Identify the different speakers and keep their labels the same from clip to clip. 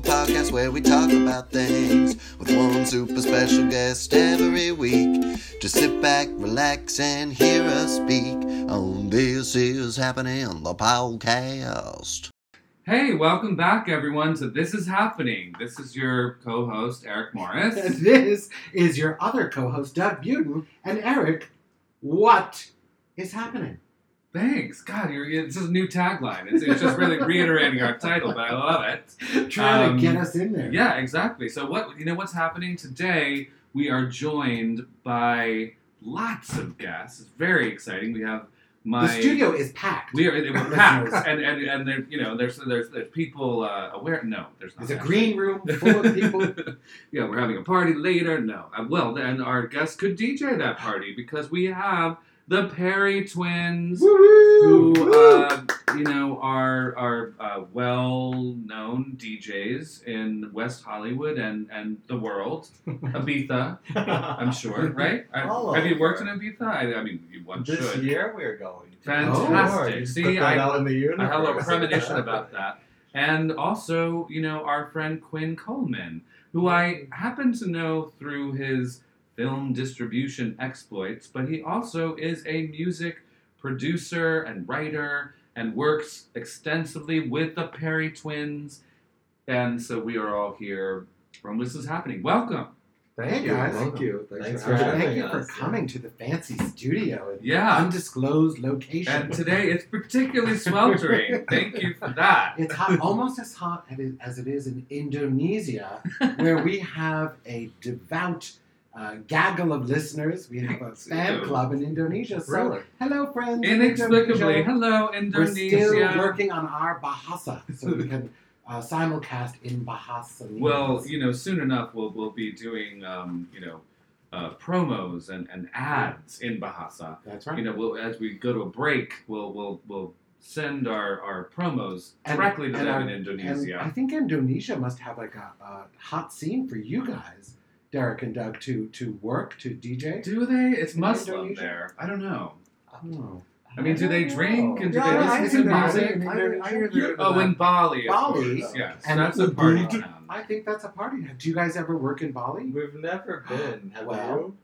Speaker 1: podcast where we talk about things with one super special guest every week. Just sit back, relax, and hear us speak on This Is Happening, the podcast.
Speaker 2: Hey, welcome back, everyone, to This Is Happening. This is your co host, Eric Morris.
Speaker 3: This is your other co-host, Doug Buden, and Eric. What is happening?
Speaker 2: Thanks. God, you're, it's just a new tagline. It's, it's just really reiterating our title, but I love it.
Speaker 3: Trying
Speaker 2: Um,
Speaker 3: to get us in there.
Speaker 2: Yeah, exactly. So, what you know, what's happening today? We are joined by lots of guests. It's very exciting. We have my
Speaker 3: the studio is packed.
Speaker 2: We are it was packed, and and and there, you know, there's there's there's people uh, aware. No, there's not.
Speaker 3: There's a
Speaker 2: actually.
Speaker 3: green room full of people.
Speaker 2: yeah, we're having a party later. No, Uh, well, then our guest could DJ that party because we have the Perry twins,
Speaker 3: Woo-woo!
Speaker 2: who
Speaker 3: Woo!
Speaker 2: uh, you know are are uh, well-known DJs in West Hollywood and and the world. Ibiza, I'm sure, right? I,
Speaker 4: All
Speaker 2: have you
Speaker 4: over.
Speaker 2: worked in Ibiza? I, I mean, one
Speaker 4: This
Speaker 2: should.
Speaker 4: year we're going.
Speaker 2: Fantastic.
Speaker 4: Oh, you just
Speaker 2: See,
Speaker 4: put
Speaker 2: I-
Speaker 4: that out in the
Speaker 2: I
Speaker 4: universe.
Speaker 2: had a little premonition about that. And also, you know, our friend Quinn Coleman, who I happen to know through his film distribution exploits, but he also is a music producer and writer and works extensively with the Perry twins. And so we are all here from This Is Happening. Welcome.
Speaker 4: Thank
Speaker 3: Hey,
Speaker 4: you.
Speaker 3: guys.
Speaker 4: Thank you. Thanks,
Speaker 3: Thank
Speaker 4: for having
Speaker 3: you for
Speaker 4: us.
Speaker 3: coming to the fancy studio in
Speaker 2: Yeah.
Speaker 3: undisclosed location.
Speaker 2: And today it's particularly sweltering. Thank you for that.
Speaker 3: It's hot, almost as hot as it- as it is in Indonesia, where we have a devout uh, gaggle of listeners. We have a fan
Speaker 2: Ew.
Speaker 3: club in Indonesia. So,
Speaker 4: Really?
Speaker 3: hello, friends. in
Speaker 2: Inexplicably,
Speaker 3: Indonesia.
Speaker 2: hello,
Speaker 3: We're
Speaker 2: Indonesia.
Speaker 3: still working on our Bahasa, so we can uh, simulcast in Bahasa.
Speaker 2: Well, you know, soon enough we'll we'll be doing um, you know uh, promos and, and ads in Bahasa.
Speaker 3: that's
Speaker 2: You
Speaker 3: right.
Speaker 2: know, we'll, as we go to a break, we'll we'll we'll send our, our promos
Speaker 3: And-
Speaker 2: directly to
Speaker 3: and
Speaker 2: them
Speaker 3: our-
Speaker 2: in
Speaker 3: And I
Speaker 2: Indonesia.
Speaker 3: think Indonesia must have like a, a hot scene for you guys, Derek and Doug, to to work to DJ.
Speaker 2: do they? It's
Speaker 3: In
Speaker 2: Muslim
Speaker 3: Indonesia?
Speaker 2: there. I don't know.
Speaker 3: Oh.
Speaker 2: I mean, do they drink and do
Speaker 4: Yeah,
Speaker 2: they
Speaker 4: I
Speaker 2: listen to
Speaker 4: think they're-
Speaker 2: music?
Speaker 4: I heard- I heard they're-
Speaker 2: Oh, in Bali. of
Speaker 3: Bali,
Speaker 2: course, yes.
Speaker 3: and
Speaker 2: that's a
Speaker 3: Ubud.
Speaker 2: party town.
Speaker 3: I think that's a party. Do you guys ever work in Bali?
Speaker 4: We've never been. Have
Speaker 3: Well,
Speaker 4: you?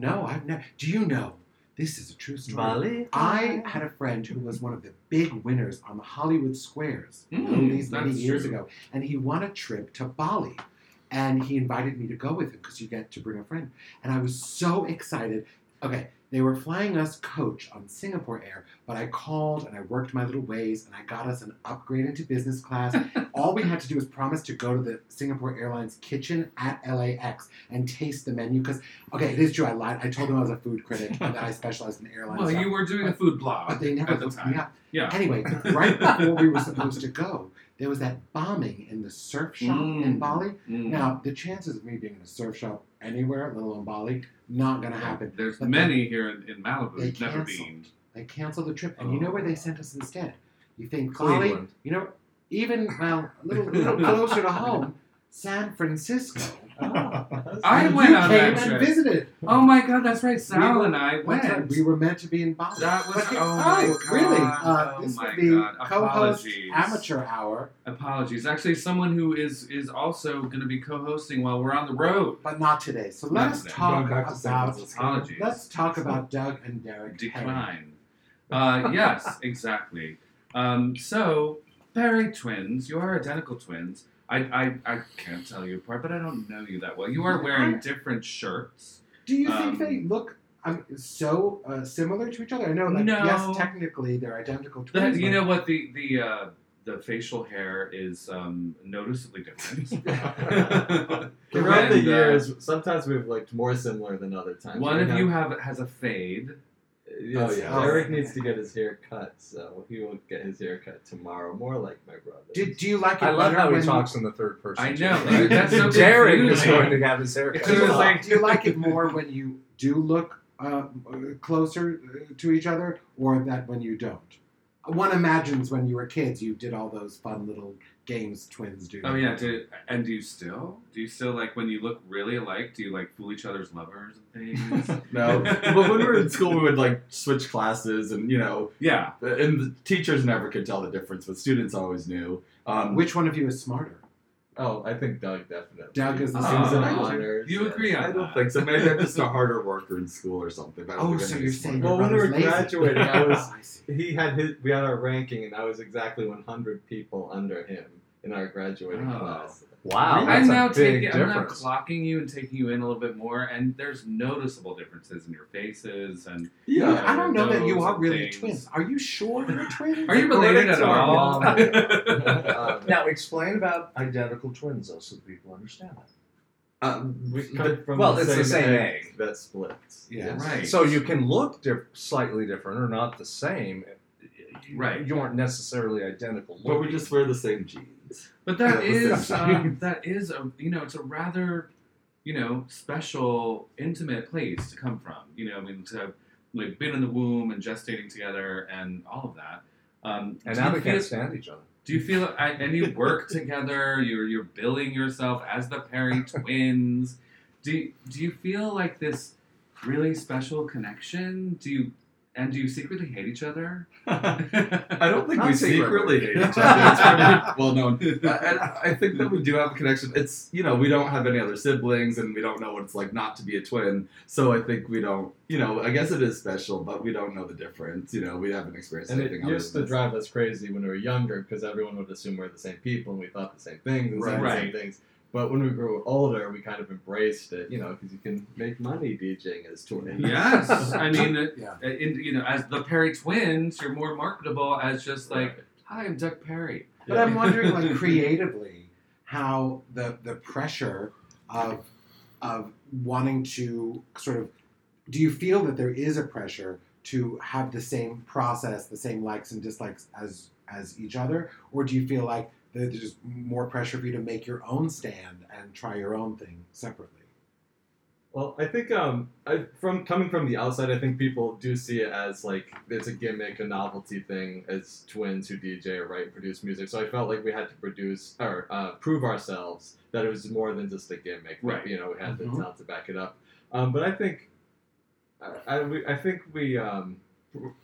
Speaker 3: No, I've never. Do you know? This is a true story. I had a friend who was one of the big winners on the Hollywood Squares
Speaker 2: Mm,
Speaker 3: these many
Speaker 2: that's
Speaker 3: years
Speaker 2: true.
Speaker 3: ago, and he won a trip to Bali. And he invited me to go with him because you get to bring a friend. And I was so excited. Okay, they were flying us coach on Singapore Air, but I called and I worked my little ways and I got us an upgrade into business class. All we had to do was promise to go to the Singapore Airlines kitchen at LAX and taste the menu. Because, okay, it is true, I lied. I told them I was a food critic and that I specialized in airlines.
Speaker 2: Well, you were doing a food blog.
Speaker 3: But they never
Speaker 2: at the
Speaker 3: looked
Speaker 2: time.
Speaker 3: me up.
Speaker 2: Yeah.
Speaker 3: Anyway, right before we were supposed to go, there was that bombing in the surf shop in
Speaker 2: Mm.
Speaker 3: Bali.
Speaker 2: Mm.
Speaker 3: Now, the chances of me being in a surf shop anywhere, let alone Bali, not going to happen.
Speaker 2: There's
Speaker 3: But
Speaker 2: many here in, in Malibu.
Speaker 3: they
Speaker 2: who've never
Speaker 3: canceled.
Speaker 2: been.
Speaker 3: They canceled the trip, and you know
Speaker 2: Oh.
Speaker 3: where they sent us instead? You think Bali?
Speaker 4: Cleveland.
Speaker 3: You know, even well, a little, little closer to home, San Francisco.
Speaker 4: Oh,
Speaker 2: I
Speaker 3: And
Speaker 2: went
Speaker 3: you
Speaker 2: on
Speaker 3: came
Speaker 2: that
Speaker 3: and
Speaker 2: trip.
Speaker 3: visited.
Speaker 2: Oh my god, that's right. Sal
Speaker 3: were-
Speaker 2: and I went.
Speaker 3: That's right, We were meant to be in Bali.
Speaker 2: That was-
Speaker 3: But-
Speaker 2: oh my God,
Speaker 3: really? Uh,
Speaker 2: oh
Speaker 3: this
Speaker 2: my
Speaker 3: would be
Speaker 2: God,
Speaker 3: co-host
Speaker 2: apologies.
Speaker 3: amateur hour,
Speaker 2: Apologies. Actually, someone who is is also going to be co-hosting while we're on the road.
Speaker 3: but not today. So let
Speaker 2: Not
Speaker 3: us
Speaker 2: today.
Speaker 3: talk
Speaker 4: Going back to San
Speaker 3: about
Speaker 4: Francisco.
Speaker 2: Apologies.
Speaker 3: Let's talk about Doug and Derek. Perry.
Speaker 2: decline. Uh, yes, exactly. Um, so Barry twins, you are identical twins. I, I I can't tell you apart, but I don't know you that well. You are wearing different shirts.
Speaker 3: Do you
Speaker 2: Um,
Speaker 3: think they look um, so uh, similar to each other? I know, like,
Speaker 2: No.
Speaker 3: yes, technically they're identical
Speaker 2: The-
Speaker 3: twins.
Speaker 2: you
Speaker 3: but-
Speaker 2: know what the the uh, the facial hair is um, noticeably different.
Speaker 4: Throughout the
Speaker 2: And, uh,
Speaker 4: years, sometimes we've looked more similar than other times.
Speaker 2: One
Speaker 4: Right
Speaker 2: of
Speaker 4: now-
Speaker 2: you have has a fade.
Speaker 4: Yes,
Speaker 3: Oh, yeah.
Speaker 4: Eric
Speaker 3: Oh.
Speaker 4: needs to get his hair cut, so he will get his hair cut tomorrow, more like my brother.
Speaker 3: do, do you like it
Speaker 5: I love
Speaker 3: better
Speaker 5: how
Speaker 3: when
Speaker 5: he talks in the third person.
Speaker 2: I
Speaker 5: too,
Speaker 2: know,
Speaker 5: right?
Speaker 2: that's so
Speaker 5: Derek is
Speaker 2: confusing.
Speaker 5: going to have his hair
Speaker 2: It's
Speaker 5: cut.
Speaker 3: do, you,
Speaker 2: just like-
Speaker 3: do you like it more when you do look uh, closer uh, to each other, or that when you don't? One imagines when you were kids, you did all those fun little games twins do.
Speaker 2: Oh yeah, do, and do you still? Do you still like when you look really alike? Do you like fool each other's lovers and things?
Speaker 4: No, but when we were in school, we would like switch classes, and you know,
Speaker 2: yeah,
Speaker 4: and the teachers never could tell the difference, but students always knew. Um,
Speaker 3: Which one of you is smarter?
Speaker 5: Oh, I think Doug definitely. Uh,
Speaker 3: Doug is the
Speaker 5: He
Speaker 2: same
Speaker 5: was
Speaker 2: as
Speaker 5: in
Speaker 2: I do.
Speaker 5: honors.
Speaker 2: Uh, You
Speaker 5: yes.
Speaker 2: agree on
Speaker 6: I don't
Speaker 2: that.
Speaker 6: think so. Maybe I'm just a harder worker in school or something. But I don't
Speaker 3: Oh,
Speaker 6: think
Speaker 3: so
Speaker 6: I'm
Speaker 3: you're
Speaker 6: just
Speaker 3: saying
Speaker 6: smart.
Speaker 3: your
Speaker 5: Well, when we
Speaker 3: brother's
Speaker 5: were
Speaker 3: lazy.
Speaker 5: graduating, I was-
Speaker 3: I see.
Speaker 5: He had his. We had our ranking, and I was exactly 100 people under him in our graduating
Speaker 2: Oh.
Speaker 5: class.
Speaker 6: wow,
Speaker 5: I
Speaker 6: that's
Speaker 2: I'm
Speaker 6: a
Speaker 2: now
Speaker 6: big
Speaker 2: taking, I'm now
Speaker 6: difference.
Speaker 2: clocking you and taking you in a little bit more, and there's noticeable differces in your faces. And
Speaker 3: Yeah,
Speaker 2: Yeah,
Speaker 3: I don't know that you
Speaker 2: those
Speaker 3: are
Speaker 2: are
Speaker 3: really
Speaker 2: things.
Speaker 3: twins. Are you sure you're twins?
Speaker 2: are you related
Speaker 5: According
Speaker 2: at
Speaker 5: to our
Speaker 2: all?
Speaker 5: mom, they are. Um,
Speaker 7: Now explain about identical twins, though, so that people understand that.
Speaker 6: Um,
Speaker 5: we cut from
Speaker 7: well,
Speaker 5: the
Speaker 7: it's
Speaker 5: same
Speaker 7: the same
Speaker 5: egg,
Speaker 7: egg.
Speaker 5: that splits.
Speaker 3: Yeah,
Speaker 5: Yes.
Speaker 2: right.
Speaker 7: So you can look diff- slightly different or not the same. You-
Speaker 2: Right.
Speaker 7: You aren't necessarily identical.
Speaker 5: But we
Speaker 7: looking.
Speaker 5: just wear the same jeans.
Speaker 2: But that
Speaker 6: Yeah, it was
Speaker 2: is
Speaker 6: the
Speaker 2: um, that is a you know it's a rather you know special intimate place to come from. You know, I mean to have like been in the womb and gestating together and all of that. Um,
Speaker 7: and
Speaker 2: do
Speaker 7: now
Speaker 2: you
Speaker 7: they
Speaker 2: feel-
Speaker 7: can't stand each other.
Speaker 2: Do you feel and and you work together? You're you're billing yourself as the Perry twins. Do do you feel like this really special connection? Do you and do you secretly hate each other?
Speaker 6: I don't think
Speaker 7: Not
Speaker 6: we
Speaker 7: secretly.
Speaker 6: secretly hate each other. It's very- well, no, I, I- I think that we do have a connection. It's you know we don't have any other siblings, and we don't know what it's like not to be a twin. So I think we don't. You know, I guess it is special, but we don't know the difference. You know, we haven't experienced
Speaker 5: And it
Speaker 6: anything. other
Speaker 5: used to
Speaker 6: than this.
Speaker 5: drive us crazy when we were younger because everyone would assume we're the same people and we thought the same things and said
Speaker 2: Right.
Speaker 5: the same things. But when we grew older, we kind of embraced it, you know, because you can make money DJing as twins.
Speaker 2: Yes, I mean, it-
Speaker 3: Yeah.
Speaker 2: it- in, you know, as the Perry twins, you're more marketable as just like, hi, I'm Doug Perry.
Speaker 3: But I'm wondering, like creatively, how the the pressure of of wanting to sort of do you feel that there is a pressure to have the same process, the same likes and dislikes as as each other, or do you feel like that there's more pressure for you to make your own stand and try your own thing separately?
Speaker 5: Well, I think um, I, from coming from the outside, I think people do see it as like it's a gimmick, a novelty thing, as twins who DJ or write and produce music. So I felt like we had to produce or uh, prove ourselves that it was more than just a gimmick. that,
Speaker 2: Right.
Speaker 5: you know, we had
Speaker 3: Mhm.
Speaker 5: the talent to back it up. Um, but I think, I, I, we, I think we um,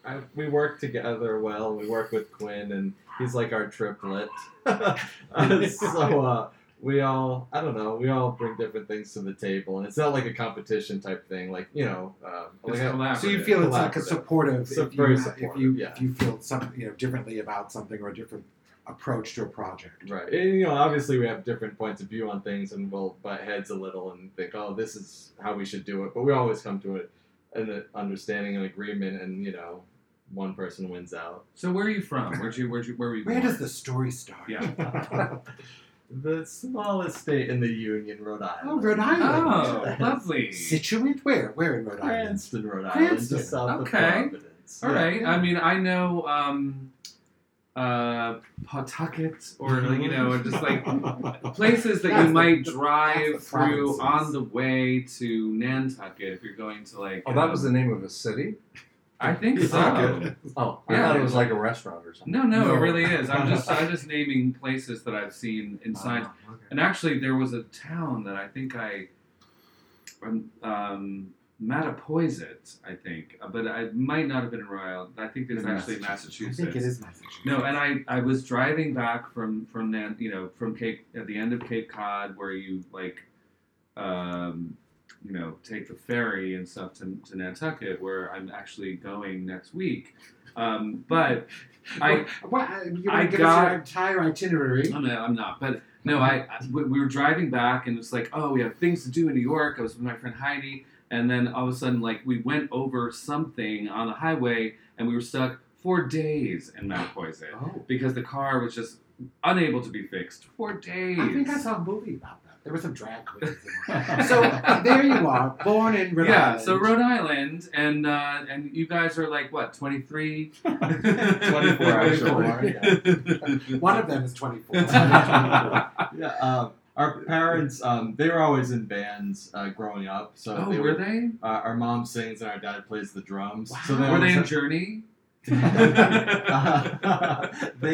Speaker 5: I, we work together well. We work with Quinn, and he's like our triplet. Uh, so. Uh, we all i don't know we all bring different things to the table and it's not like a competition type thing like you know um,
Speaker 2: It's
Speaker 5: like I-
Speaker 2: collaborative.
Speaker 3: Oh, So you feel it's like a
Speaker 5: Collaborative.
Speaker 3: supportive,
Speaker 5: So
Speaker 3: if, you,
Speaker 5: very
Speaker 3: if
Speaker 5: supportive,
Speaker 3: you
Speaker 5: yeah.
Speaker 3: if you feel something you know differently about something or a different approach to a project.
Speaker 5: right and, you know obviously we have different points of view on things and we'll butt heads a little and think oh this is how we should do it but we always come to it in an understanding and agreement and you know one person wins out
Speaker 2: So where are you from? Where'd you, where'd you, where were you
Speaker 3: Where
Speaker 2: born?
Speaker 3: does the story start?
Speaker 2: Yeah.
Speaker 5: the smallest state in the union rhode island
Speaker 3: Oh, Rhode Island.
Speaker 2: Oh, lovely.
Speaker 3: Situate where? Where in Rhode Island?
Speaker 5: Cranston, Rhode Island,
Speaker 3: Cranston.
Speaker 5: just south
Speaker 2: Okay.
Speaker 5: of Providence.
Speaker 2: All right. I mean, I know um, uh, Pawtucket or
Speaker 3: Mm-hmm.
Speaker 2: like, you know, just like places that
Speaker 3: That's
Speaker 2: you
Speaker 3: the-
Speaker 2: might
Speaker 3: the
Speaker 2: drive through
Speaker 3: provinces.
Speaker 2: on the way to Nantucket if you're going to like.
Speaker 7: Oh, that was the
Speaker 2: um,
Speaker 7: name of a city.
Speaker 2: I think so.
Speaker 6: Pawtucket.
Speaker 7: Oh, I
Speaker 2: Yeah.
Speaker 7: thought it was like a restaurant or something.
Speaker 2: No, no,
Speaker 3: No.
Speaker 2: it really is. I'm just, I'm just naming places that I've seen inside
Speaker 7: Uh,
Speaker 3: Oh, okay.
Speaker 2: And actually, there was a town that I think I um, um, Mattapoisett, I think, uh, but I might not have been in Rhode Island. I think it's
Speaker 3: In
Speaker 2: actually
Speaker 3: I
Speaker 2: Massachusetts.
Speaker 3: think it is Massachusetts.
Speaker 2: No, and I, I was driving back from from Nan, you know, from Cape at the end of Cape Cod, where you like, um, you know, take the ferry and stuff to, to Nantucket, where I'm actually going next week. Um, but I
Speaker 3: What, what, you
Speaker 2: I
Speaker 3: want to give
Speaker 2: got-
Speaker 3: us your entire itinerary?
Speaker 2: I'm not, I'm not. But no, I, I we we were driving back and it's like, oh, we have things to do in New York. I was with my friend Heidi, and then all of a sudden, like, we went over something on the highway, and we were stuck for days in Mattapoisett
Speaker 3: Oh,
Speaker 2: because the car was just unable to be fixed for days.
Speaker 3: I think I saw a movie about that. There were some drag queens. In there. so there you are, born in Rhode
Speaker 2: yeah,
Speaker 3: Island.
Speaker 2: so Rhode Island, and uh, and you guys are like what, twenty three?
Speaker 5: 24
Speaker 7: actually.
Speaker 3: One of them is 24.
Speaker 2: Oh,
Speaker 5: yeah, um, our parents, um, they were always in bands uh, growing up. So
Speaker 2: Oh,
Speaker 5: they
Speaker 2: were they?
Speaker 5: Uh, our mom sings and our dad plays the drums.
Speaker 3: Wow.
Speaker 5: So they
Speaker 2: Were they in
Speaker 5: always-
Speaker 2: Journey?
Speaker 5: they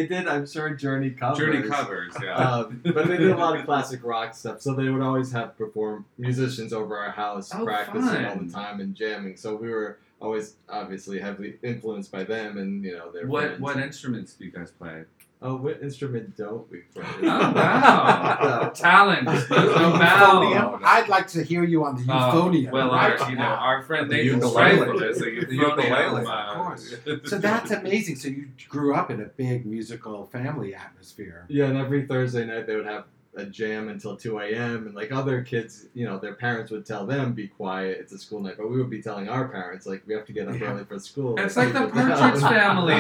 Speaker 5: did, I'm sure, Journey covers.
Speaker 2: Journey covers, yeah.
Speaker 5: Um, but they did a lot of classic rock stuff, so they would always have perform musicians over our house
Speaker 2: Oh,
Speaker 5: practicing all
Speaker 2: fun.
Speaker 5: the time and jamming. So we were
Speaker 4: always obviously heavily influenced by them and you know their
Speaker 2: What
Speaker 4: friends.
Speaker 2: what instruments do you guys play?
Speaker 4: Oh, what instrument don't we play?
Speaker 2: Oh, wow. Talent. Wow.
Speaker 3: Euphonium? I'd like to hear you on the euphonium.
Speaker 2: Uh, well,
Speaker 3: right
Speaker 2: our, you know,
Speaker 3: now.
Speaker 2: our friend
Speaker 7: The
Speaker 2: Nathan
Speaker 7: ukulele.
Speaker 2: Strife is a
Speaker 7: The
Speaker 2: euphonium.
Speaker 7: ukulele, of
Speaker 2: uh,
Speaker 7: course.
Speaker 3: so that's amazing. So you grew up in a big musical family atmosphere.
Speaker 4: Yeah, and every Thursday night they would have a jam until 2 a.m. And like other kids, you know, their parents would tell them, be quiet, it's a school night. But we would be telling our parents, like, we have to get up
Speaker 3: Yeah.
Speaker 4: early for school.
Speaker 2: It's like the
Speaker 4: Keep it down.
Speaker 2: Partridge Family.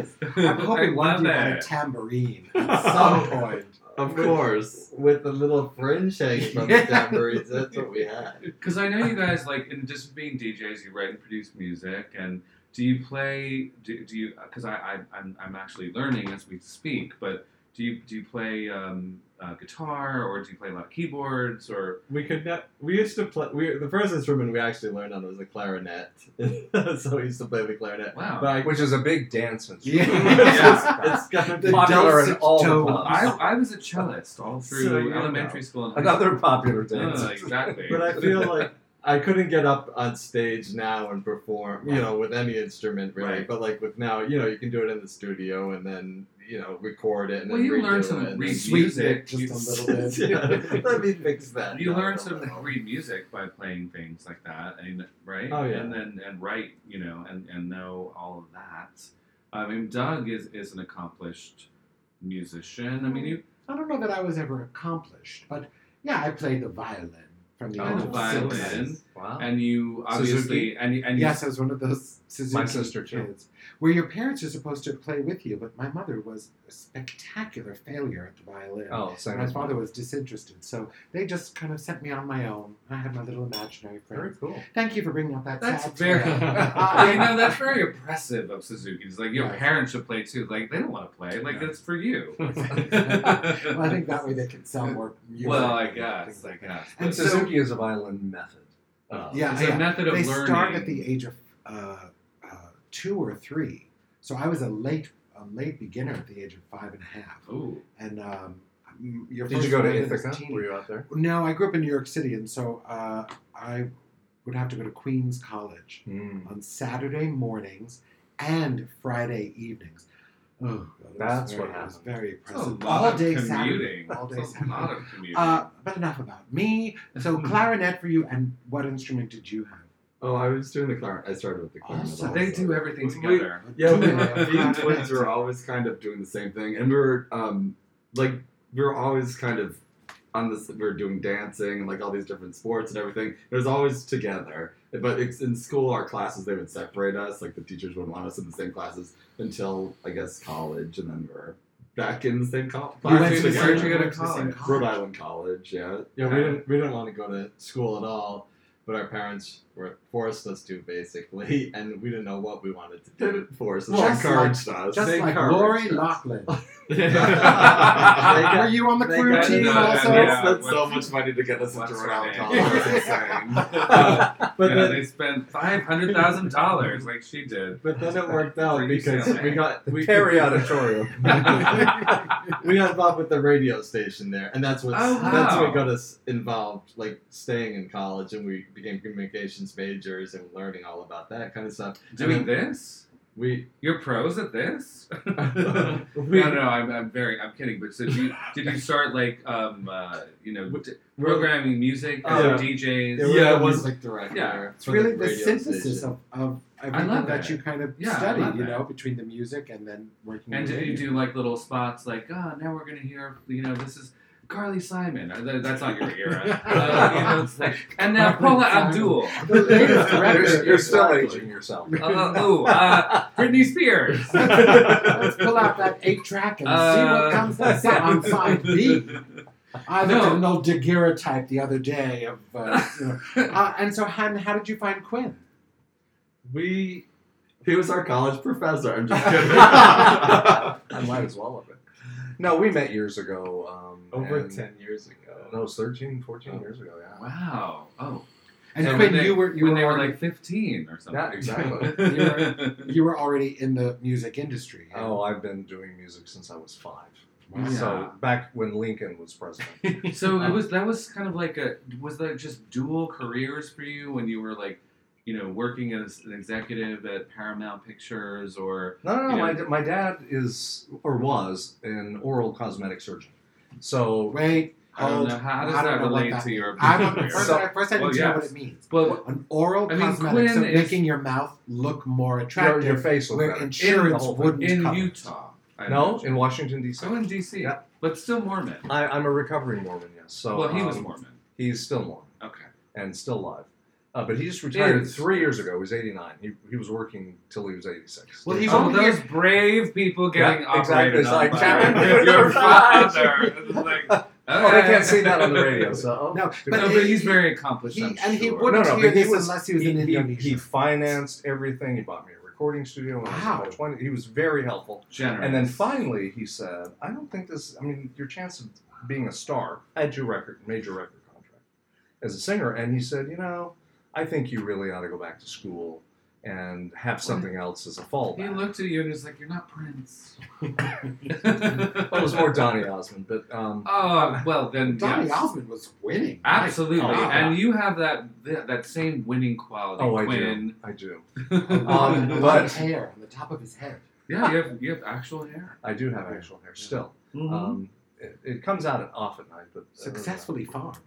Speaker 3: It is. I'm hoping
Speaker 2: I
Speaker 3: one
Speaker 2: love
Speaker 3: day had a
Speaker 2: it.
Speaker 3: tambourine at some point.
Speaker 4: Of course, with the little fringe hanging from the tambourines, that's what we had.
Speaker 2: Because I know you guys like, in addition to being DJs, you write and produce music. And do you play? Do, do you? Because I, I I'm, I'm actually learning as we speak. But do you do you play um, uh, guitar or do you play a lot of keyboards or?
Speaker 4: We could not. We used to play. We, the first instrument we actually learned on was the clarinet. so we used to play the clarinet.
Speaker 2: Wow.
Speaker 4: But I,
Speaker 7: Which is a big dance instrument.
Speaker 3: Yeah.
Speaker 4: it's got
Speaker 3: The
Speaker 7: popular in
Speaker 3: dulcet
Speaker 7: all the
Speaker 3: tones.
Speaker 7: pubs.
Speaker 2: I, I was a cellist all through
Speaker 4: So, you
Speaker 2: elementary school and high
Speaker 7: Another popular
Speaker 2: school.
Speaker 7: dance.
Speaker 2: Uh, exactly.
Speaker 4: But I feel like I couldn't get up on stage now and perform, you know, with any instrument really.
Speaker 2: Right.
Speaker 4: But like with now, you know, you can do it in the studio and then you know record it and
Speaker 2: Well,
Speaker 4: then
Speaker 2: you learn
Speaker 4: redo
Speaker 2: some
Speaker 4: it and
Speaker 2: read
Speaker 3: Sweeten
Speaker 2: music.
Speaker 3: it just
Speaker 2: you-
Speaker 3: a little bit.
Speaker 4: yeah, let me fix that.
Speaker 2: You
Speaker 4: now
Speaker 2: learn
Speaker 4: a
Speaker 2: to
Speaker 4: little.
Speaker 2: read music by playing things like that, and right,
Speaker 4: Oh, yeah.
Speaker 2: and then and write, you know, and and know all of that. I mean, Doug is is an accomplished musician. I mean, you
Speaker 3: I don't know that I was ever accomplished, but yeah, I played the violin from the
Speaker 2: Oh,
Speaker 3: age
Speaker 2: the
Speaker 3: of
Speaker 2: violin.
Speaker 3: six.
Speaker 7: Wow.
Speaker 2: and you
Speaker 7: Uh-huh. Suzuki?
Speaker 2: obviously and you- and you,
Speaker 3: Yes, I was one of those Suzuki
Speaker 7: My sister, too.
Speaker 3: kids, where your parents are supposed to play with you, but my mother was a spectacular failure at the violin.
Speaker 7: oh, same
Speaker 3: My
Speaker 7: as
Speaker 3: father was disinterested, so they just kind of sent me on my own. I had my little imaginary
Speaker 7: Very
Speaker 3: friends.
Speaker 7: cool.
Speaker 3: Thank you for bringing up that.
Speaker 2: That's
Speaker 3: sad
Speaker 2: very.
Speaker 3: tale.
Speaker 2: Uh, you know that's very oppressive of Suzuki. It's like your
Speaker 3: Right.
Speaker 2: parents should play too. Like they don't want to play. Like
Speaker 7: Yeah.
Speaker 2: that's for you.
Speaker 3: well, I think that way they can sell more music.
Speaker 2: Well, I
Speaker 3: and
Speaker 2: guess.
Speaker 3: things
Speaker 2: I
Speaker 3: like that.
Speaker 2: guess.
Speaker 3: And
Speaker 2: But
Speaker 3: so-
Speaker 7: Suzuki is a violin method.
Speaker 5: Oh.
Speaker 7: Uh,
Speaker 3: Yeah,
Speaker 2: it's
Speaker 3: yeah.
Speaker 2: a method of
Speaker 3: they
Speaker 2: learning.
Speaker 3: start at the age of uh, uh, two or three. So I was a late, a late beginner at the age of five and a half.
Speaker 2: Ooh.
Speaker 3: And um, m- your
Speaker 7: Did
Speaker 3: first
Speaker 7: you go to
Speaker 3: violin is
Speaker 7: Ithaca?
Speaker 3: teen-
Speaker 7: Were you out there?
Speaker 3: No, I grew up in New York City, and so uh, I would have to go to Queens College
Speaker 5: Hmm.
Speaker 7: Mm.
Speaker 3: on Saturday mornings and Friday evenings. Oh, God, it was
Speaker 7: That's
Speaker 3: very,
Speaker 7: what
Speaker 3: it was
Speaker 7: happened.
Speaker 3: very
Speaker 2: It's a
Speaker 3: impressive.
Speaker 2: lot
Speaker 3: All
Speaker 2: of
Speaker 3: day Saturday,
Speaker 2: commuting.
Speaker 3: all day
Speaker 2: It's a
Speaker 3: Saturday.
Speaker 2: lot of commuting.
Speaker 3: Uh, but enough about me. So
Speaker 2: Hmm.
Speaker 3: clarinet for you, and what instrument did you have?
Speaker 4: Oh, I was doing the clarinet. I started with the clarinet.
Speaker 3: Also-
Speaker 2: they do everything
Speaker 5: We-
Speaker 2: together.
Speaker 5: Yeah, we,
Speaker 3: Yeah.
Speaker 5: me and twins were always kind of doing the same thing, and we were um, like we were always kind of on this. We were doing dancing and like all these different sports and everything. It was always together. But it's, in school, our classes they would separate us. Like the teachers wouldn't want us in the same classes until I guess college, and then we are back in the same co-
Speaker 3: You
Speaker 5: class
Speaker 3: went to the
Speaker 5: together.
Speaker 2: surgery-
Speaker 3: same-
Speaker 2: you go to
Speaker 3: went to the same
Speaker 5: Rhode Island College, yeah.
Speaker 4: Yeah, we didn't we didn't want to go to school at all, but our parents were forced us to basically, and we didn't know what we wanted to
Speaker 5: They
Speaker 4: do.
Speaker 5: didn't force us.
Speaker 3: Well,
Speaker 5: they
Speaker 3: just
Speaker 5: encouraged us.
Speaker 3: Just
Speaker 5: they
Speaker 3: like
Speaker 5: encouraged
Speaker 3: Lori
Speaker 5: us.
Speaker 3: Lachlan.
Speaker 5: They
Speaker 3: Were you on the
Speaker 5: they
Speaker 3: crew
Speaker 5: got uh,
Speaker 3: team
Speaker 2: another-
Speaker 3: also?
Speaker 2: Yeah,
Speaker 5: They spent so
Speaker 2: what's-
Speaker 5: much money to get us
Speaker 2: what's
Speaker 5: into Rhode
Speaker 2: her name?
Speaker 5: Island College. It's insane.
Speaker 4: Uh, but
Speaker 2: yeah,
Speaker 4: then,
Speaker 2: they spent five hundred thousand dollars, like she did.
Speaker 4: but then it worked out
Speaker 2: Pretty
Speaker 4: because
Speaker 2: soon.
Speaker 4: we got we
Speaker 7: Perry Auditorium.
Speaker 4: we got involved with the radio station there, and that's what
Speaker 2: Oh,
Speaker 4: that's
Speaker 2: wow.
Speaker 4: what got us involved, like staying in college, and we became communications majors and learning all about that kind of stuff.
Speaker 2: Doing this?
Speaker 4: We
Speaker 2: You're pros at this? no,
Speaker 4: we
Speaker 2: no, I'm, I'm very, I'm kidding. But so, did you, did you start like, um, uh, you know, d- programming music as
Speaker 3: Oh,
Speaker 4: Yeah.
Speaker 2: a DJs?
Speaker 4: Yeah, we're
Speaker 5: Yeah,
Speaker 4: the
Speaker 5: it was-
Speaker 4: music director.
Speaker 2: yeah,
Speaker 3: It's
Speaker 4: for
Speaker 3: really
Speaker 4: the
Speaker 3: the
Speaker 4: radio
Speaker 3: synthesis
Speaker 4: station.
Speaker 3: of, of everything
Speaker 2: love
Speaker 3: that
Speaker 2: it.
Speaker 3: you kind of
Speaker 2: Yeah, I love
Speaker 3: studied, you
Speaker 2: that.
Speaker 3: know, between the music and then working
Speaker 2: And
Speaker 3: with
Speaker 2: did you
Speaker 3: radio.
Speaker 2: do like little spots like, ah, now we're gonna hear, you know, this is Carly Simon. Uh, th- That's not your era. Uh, you know, it's like, and now Paula
Speaker 3: Carly Simon.
Speaker 2: Abdul.
Speaker 3: The latest
Speaker 7: you're,
Speaker 3: record
Speaker 7: you're
Speaker 3: is
Speaker 7: still
Speaker 3: like-
Speaker 7: aging yourself.
Speaker 2: Uh, oh, uh, Britney Spears.
Speaker 3: Let's pull out that eight track and see
Speaker 2: Uh,
Speaker 3: what comes next on side B. I
Speaker 2: No.
Speaker 3: looked at an old daguerreotype the other day of, uh, you know. uh, and so Han, how did you find Quinn?
Speaker 5: We. He was our college professor. I'm just
Speaker 7: I
Speaker 5: kidding.
Speaker 7: might as well have it. No, we met years ago. Um,
Speaker 4: over
Speaker 7: and-
Speaker 4: ten years
Speaker 7: No, it
Speaker 4: ago.
Speaker 7: was 13, 14
Speaker 4: Oh.
Speaker 7: years ago. Yeah.
Speaker 2: Wow. Oh.
Speaker 3: And
Speaker 2: So
Speaker 3: Quinn,
Speaker 2: when they,
Speaker 3: you were you
Speaker 2: when
Speaker 3: were
Speaker 2: they were
Speaker 3: already-
Speaker 2: like 15 or something.
Speaker 7: Yeah, exactly.
Speaker 3: You you were already in the music industry. yeah?
Speaker 7: Oh, I've been doing music since I was five.
Speaker 3: Wow. um,
Speaker 7: So back when Lincoln was president.
Speaker 2: so it was that was kind of like a was that just dual careers for you when you were like you know, working as an executive at Paramount Pictures or
Speaker 7: No, no,
Speaker 2: You
Speaker 7: no. My,
Speaker 2: know-
Speaker 7: my dad is or was an oral cosmetic surgeon. So
Speaker 3: Wait,
Speaker 2: I don't
Speaker 3: hold.
Speaker 2: know how does
Speaker 3: I don't
Speaker 2: that
Speaker 3: know what
Speaker 2: relate
Speaker 3: that
Speaker 2: to your
Speaker 3: I don't,
Speaker 2: career?
Speaker 3: first, I, first I
Speaker 2: Well,
Speaker 3: didn't know what
Speaker 2: yes.
Speaker 3: it means.
Speaker 2: But
Speaker 3: An oral
Speaker 2: I mean,
Speaker 3: cosmetic, so
Speaker 2: Quinn is-
Speaker 3: making your mouth look more
Speaker 7: your,
Speaker 3: attractive.
Speaker 7: your face looked
Speaker 3: where
Speaker 7: better. In the
Speaker 3: insurance
Speaker 7: whole thing.
Speaker 3: wouldn't
Speaker 2: in
Speaker 3: cover.
Speaker 2: Utah, I
Speaker 7: No,
Speaker 2: imagine.
Speaker 7: in Washington D.C.
Speaker 2: so Oh, in DC,
Speaker 7: Yeah.
Speaker 2: but still Mormon.
Speaker 7: I, I'm a recovering Mormon. Yes. So
Speaker 2: well, he was
Speaker 7: um,
Speaker 2: Mormon.
Speaker 7: He's still Mormon.
Speaker 2: Okay.
Speaker 7: and still alive. Uh, but he just retired
Speaker 2: Is.
Speaker 7: three years ago. He was 89. He, he was working till he was 86.
Speaker 3: Well, he
Speaker 2: Oh,
Speaker 3: won't hear-
Speaker 2: those brave people getting
Speaker 7: Yeah,
Speaker 2: operated
Speaker 7: exactly. It's
Speaker 2: on
Speaker 7: like,
Speaker 2: by
Speaker 7: Captain
Speaker 2: your
Speaker 7: Crunch.
Speaker 2: father. It's like,
Speaker 7: oh, they
Speaker 2: okay.
Speaker 7: can't see that on the radio. So
Speaker 3: No,
Speaker 7: But
Speaker 2: No,
Speaker 3: but,
Speaker 2: But,
Speaker 3: he-
Speaker 2: he's very accomplished.
Speaker 3: he,
Speaker 2: I'm
Speaker 3: and he
Speaker 2: sure.
Speaker 3: wouldn't
Speaker 7: No, no,
Speaker 3: hear
Speaker 7: but he
Speaker 3: this
Speaker 7: was-
Speaker 3: unless he
Speaker 7: he,
Speaker 3: was in
Speaker 7: he-
Speaker 3: Indonesia.
Speaker 7: he financed everything. He bought me a recording studio when I was
Speaker 3: Wow.
Speaker 7: about 20. He was very helpful.
Speaker 2: generous.
Speaker 7: And then finally, he said, "I don't think this. I mean, your chance of being a star had your record, major record contract as a singer." And he said, "You know, I think you really ought to go back to school and have something else as a fallback."
Speaker 2: he looked at you and was like, "You're not Prince."
Speaker 7: Well, it was more Donny Osmond, but um,
Speaker 2: Oh well, then
Speaker 3: Donny
Speaker 2: yes.
Speaker 3: Osmond was winning.
Speaker 2: Absolutely,
Speaker 7: Oh, yeah.
Speaker 2: and you have that that that same winning quality.
Speaker 7: Oh, I do.
Speaker 2: Quinn.
Speaker 7: I do.
Speaker 3: Um,
Speaker 7: Um,
Speaker 3: but
Speaker 7: but-
Speaker 3: hair on the top of his head.
Speaker 2: Yeah, you have you have actual hair.
Speaker 7: I do have actual hair still.
Speaker 2: Um,
Speaker 7: Um, it, it comes out at off at night, but uh,
Speaker 3: Successfully farmed.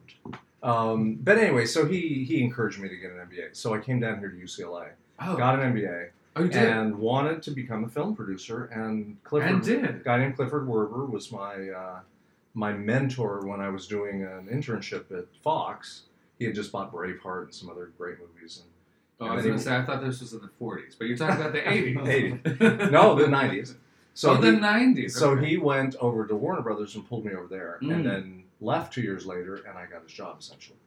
Speaker 7: Um, but anyway, so he he encouraged me to get an MBA, so I came down here to UCLA,
Speaker 2: oh,
Speaker 7: got an MBA,
Speaker 2: oh, you did
Speaker 7: and wanted to become a film producer. And Clifford,
Speaker 2: and did.
Speaker 7: a guy named Clifford Werber, was my uh, my mentor when I was doing an internship at Fox. He had just bought Braveheart and some other great movies.
Speaker 2: Oh, I was gonna say I thought this was in the 40s, but you're talking about the 80s.
Speaker 7: 80s. And, no, the nineties. So
Speaker 2: oh, the
Speaker 7: he-
Speaker 2: 90s.
Speaker 7: So
Speaker 2: okay.
Speaker 7: he went over to Warner Brothers and pulled me over there,
Speaker 2: Mm.
Speaker 7: and then left two years later, and I got his job essentially.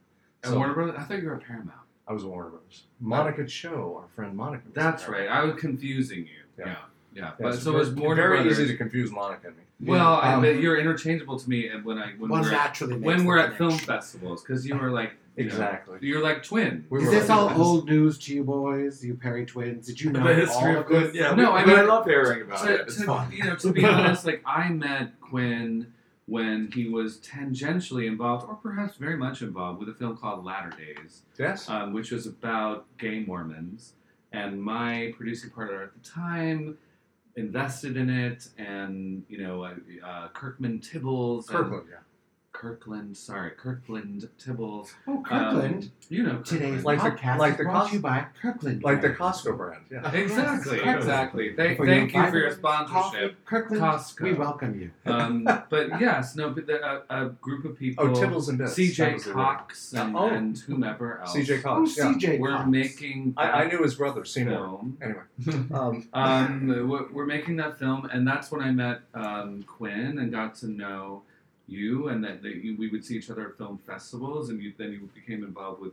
Speaker 2: At
Speaker 7: so-
Speaker 2: Warner Brothers. I thought you were at Paramount.
Speaker 7: I was at Warner Brothers. Monica Cho, our friend Monica. was
Speaker 2: That's
Speaker 7: there.
Speaker 2: right. I was confusing you. Yeah.
Speaker 7: Yeah.
Speaker 2: Yeah.
Speaker 7: Yeah,
Speaker 2: But
Speaker 7: it's
Speaker 2: so it
Speaker 7: very,
Speaker 2: was Warner
Speaker 7: very
Speaker 2: Brothers.
Speaker 7: easy to confuse Monica and me.
Speaker 2: Well, I
Speaker 7: Um,
Speaker 2: bet you're interchangeable to me and when I when
Speaker 3: One
Speaker 2: we're at,
Speaker 3: naturally makes
Speaker 2: when
Speaker 3: the
Speaker 2: we're at film
Speaker 3: connection.
Speaker 2: festivals because you were like you know,
Speaker 7: Exactly.
Speaker 2: you're like twin.
Speaker 7: We
Speaker 3: Is
Speaker 7: were
Speaker 3: this
Speaker 7: like
Speaker 3: all
Speaker 7: that.
Speaker 3: old news to you boys, you Perry twins? Did you know
Speaker 4: the history
Speaker 3: all
Speaker 4: of
Speaker 3: of this?
Speaker 4: Quinn. Yeah,
Speaker 2: No,
Speaker 4: we-
Speaker 2: I
Speaker 4: but I
Speaker 2: mean,
Speaker 4: love hearing about
Speaker 2: to,
Speaker 4: it. It's
Speaker 2: to-
Speaker 4: fun.
Speaker 2: you know, to be honest, like I met Quinn when he was tangentially involved, or perhaps very much involved, with a film called Latter Days,
Speaker 7: Yes.
Speaker 2: um, which was about gay Mormons. And my producing partner at the time invested in it, and you know, uh, uh, Kirkman Tibbles, and-
Speaker 7: Kirkland, yeah.
Speaker 2: Kirkland, sorry, Kirkland Tibbles.
Speaker 3: Oh,
Speaker 2: um,
Speaker 3: Kirkland.
Speaker 2: you know,
Speaker 3: Today's
Speaker 2: Kirkland.
Speaker 7: Like the-
Speaker 3: podcast
Speaker 7: like
Speaker 3: is
Speaker 7: the
Speaker 3: brought
Speaker 7: cost-
Speaker 3: to you by Kirkland.
Speaker 7: Like the
Speaker 3: Brand.
Speaker 7: Costco brand, yeah.
Speaker 2: Exactly,
Speaker 3: Yes.
Speaker 2: exactly. Thank,
Speaker 3: For
Speaker 2: thank
Speaker 3: your
Speaker 2: you for your
Speaker 3: vitamins,
Speaker 2: sponsorship,
Speaker 3: coffee, Kirkland,
Speaker 2: Costco.
Speaker 3: we welcome you.
Speaker 2: um, but yes, no, but the, uh, a, a group of people,
Speaker 7: Oh, Tibbles and Bits. That was
Speaker 2: CJ
Speaker 7: the
Speaker 2: Cox and,
Speaker 7: Oh.
Speaker 2: and whomever else,
Speaker 7: CJ
Speaker 3: Oh,
Speaker 7: Cox, yeah.
Speaker 3: CJ
Speaker 2: we're
Speaker 3: Cox.
Speaker 2: making
Speaker 7: I,
Speaker 2: that
Speaker 7: I knew his brother, Seymour.
Speaker 2: film.
Speaker 7: Anyway. Um,
Speaker 2: Um, we're, we're making that film, and that's when I met um, Quinn and got to know you, and that, that you, we would see each other at film festivals, and you, then you became involved with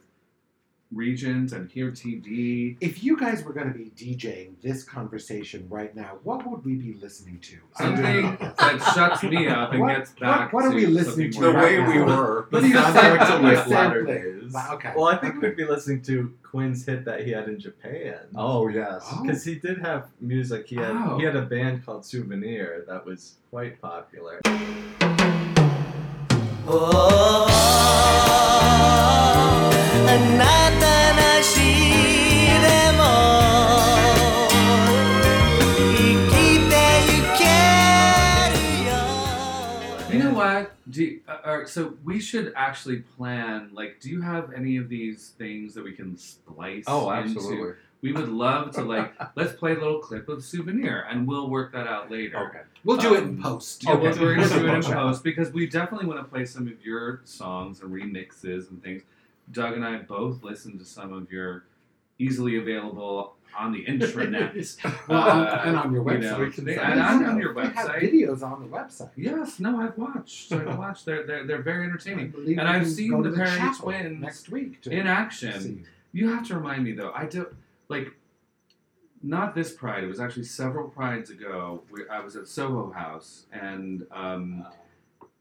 Speaker 2: Regent and Here TV.
Speaker 3: If you guys were going to be DJing this conversation right now, what would we be listening to?
Speaker 2: Something
Speaker 3: I don't know.
Speaker 2: that shuts me up and
Speaker 3: What-
Speaker 2: gets back.
Speaker 3: what- what are
Speaker 2: to
Speaker 3: we listening
Speaker 2: something
Speaker 7: the
Speaker 2: more-
Speaker 7: way
Speaker 3: Right
Speaker 7: we
Speaker 3: now.
Speaker 7: were.
Speaker 4: Let's go back to like latter days.
Speaker 3: Wow, okay.
Speaker 4: Well, I think we'd be listening to Quinn's hit that he had in Japan.
Speaker 7: Oh, yes.
Speaker 3: Oh.
Speaker 4: Because he did have music. He had
Speaker 2: Oh.
Speaker 4: he had a band called Souvenir that was quite popular.
Speaker 2: You know what? Do you, uh, all right, so we should actually plan. Like, do you have any of these things that we can splice?
Speaker 7: Oh,
Speaker 2: Into?
Speaker 7: absolutely.
Speaker 2: We would love to like let's play a little clip of souvenir, and we'll work that out later.
Speaker 7: Okay.
Speaker 3: we'll do it
Speaker 2: um,
Speaker 3: in post.
Speaker 2: Yeah, we'll
Speaker 7: Okay.
Speaker 2: we're gonna do it in
Speaker 7: Okay.
Speaker 2: post because we definitely want to play some of your songs and remixes and things. Doug and I both listened to some of your easily available on the intranet.
Speaker 3: Well, on-
Speaker 2: uh,
Speaker 3: and on your
Speaker 2: you
Speaker 3: website.
Speaker 2: know,
Speaker 3: we can
Speaker 2: and
Speaker 3: send
Speaker 2: on-
Speaker 3: it.
Speaker 2: on your
Speaker 3: We have
Speaker 2: website.
Speaker 3: videos on the website.
Speaker 2: Yes, no, I've watched. I've watched. They're they're, they're very entertaining.
Speaker 3: believe
Speaker 2: And
Speaker 3: we
Speaker 2: I've
Speaker 3: can
Speaker 2: seen
Speaker 3: go
Speaker 2: the
Speaker 3: to
Speaker 2: Perry
Speaker 3: chapel
Speaker 2: twins
Speaker 3: next week to
Speaker 2: In
Speaker 3: see
Speaker 2: action.
Speaker 3: you.
Speaker 2: You have to remind me though. I do like not this pride. It was actually several prides ago. Where I was at Soho House, and um,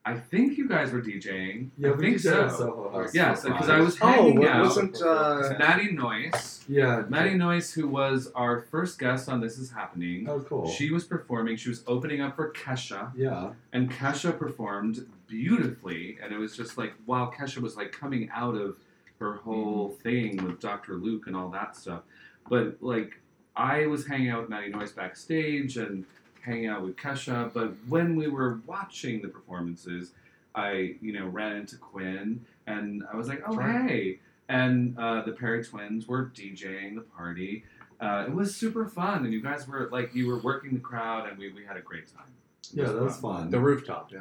Speaker 2: I think you guys were DJing.
Speaker 4: Yeah,
Speaker 2: I
Speaker 4: we
Speaker 2: think
Speaker 4: did that at
Speaker 2: so.
Speaker 4: Soho House.
Speaker 2: Yes,
Speaker 4: Soho
Speaker 2: because
Speaker 4: House.
Speaker 2: I was
Speaker 7: Oh,
Speaker 2: hanging out.
Speaker 7: wasn't, uh,
Speaker 2: Maddie Noyce.
Speaker 4: yeah,
Speaker 2: Maddie Noyce, who was our first guest on This Is Happening.
Speaker 4: Oh, cool.
Speaker 2: She was performing. She was opening up for Kesha.
Speaker 4: yeah,
Speaker 2: and Kesha performed beautifully, and it was just like while Kesha was like coming out of her whole
Speaker 7: Mm-hmm.
Speaker 2: thing with Dr. Luke and all that stuff. But like I was hanging out with Matty Noyce backstage and hanging out with Kesha, but when we were watching the performances, I, you know, ran into Quinn and I was like, Oh
Speaker 7: That's right.
Speaker 2: hey. And uh, the Perry twins were DJing the party. Uh, it was super fun, and you guys were like, you were working the crowd, and we, we had a great time. It
Speaker 5: Yeah, that was fun.
Speaker 7: The rooftop, yeah.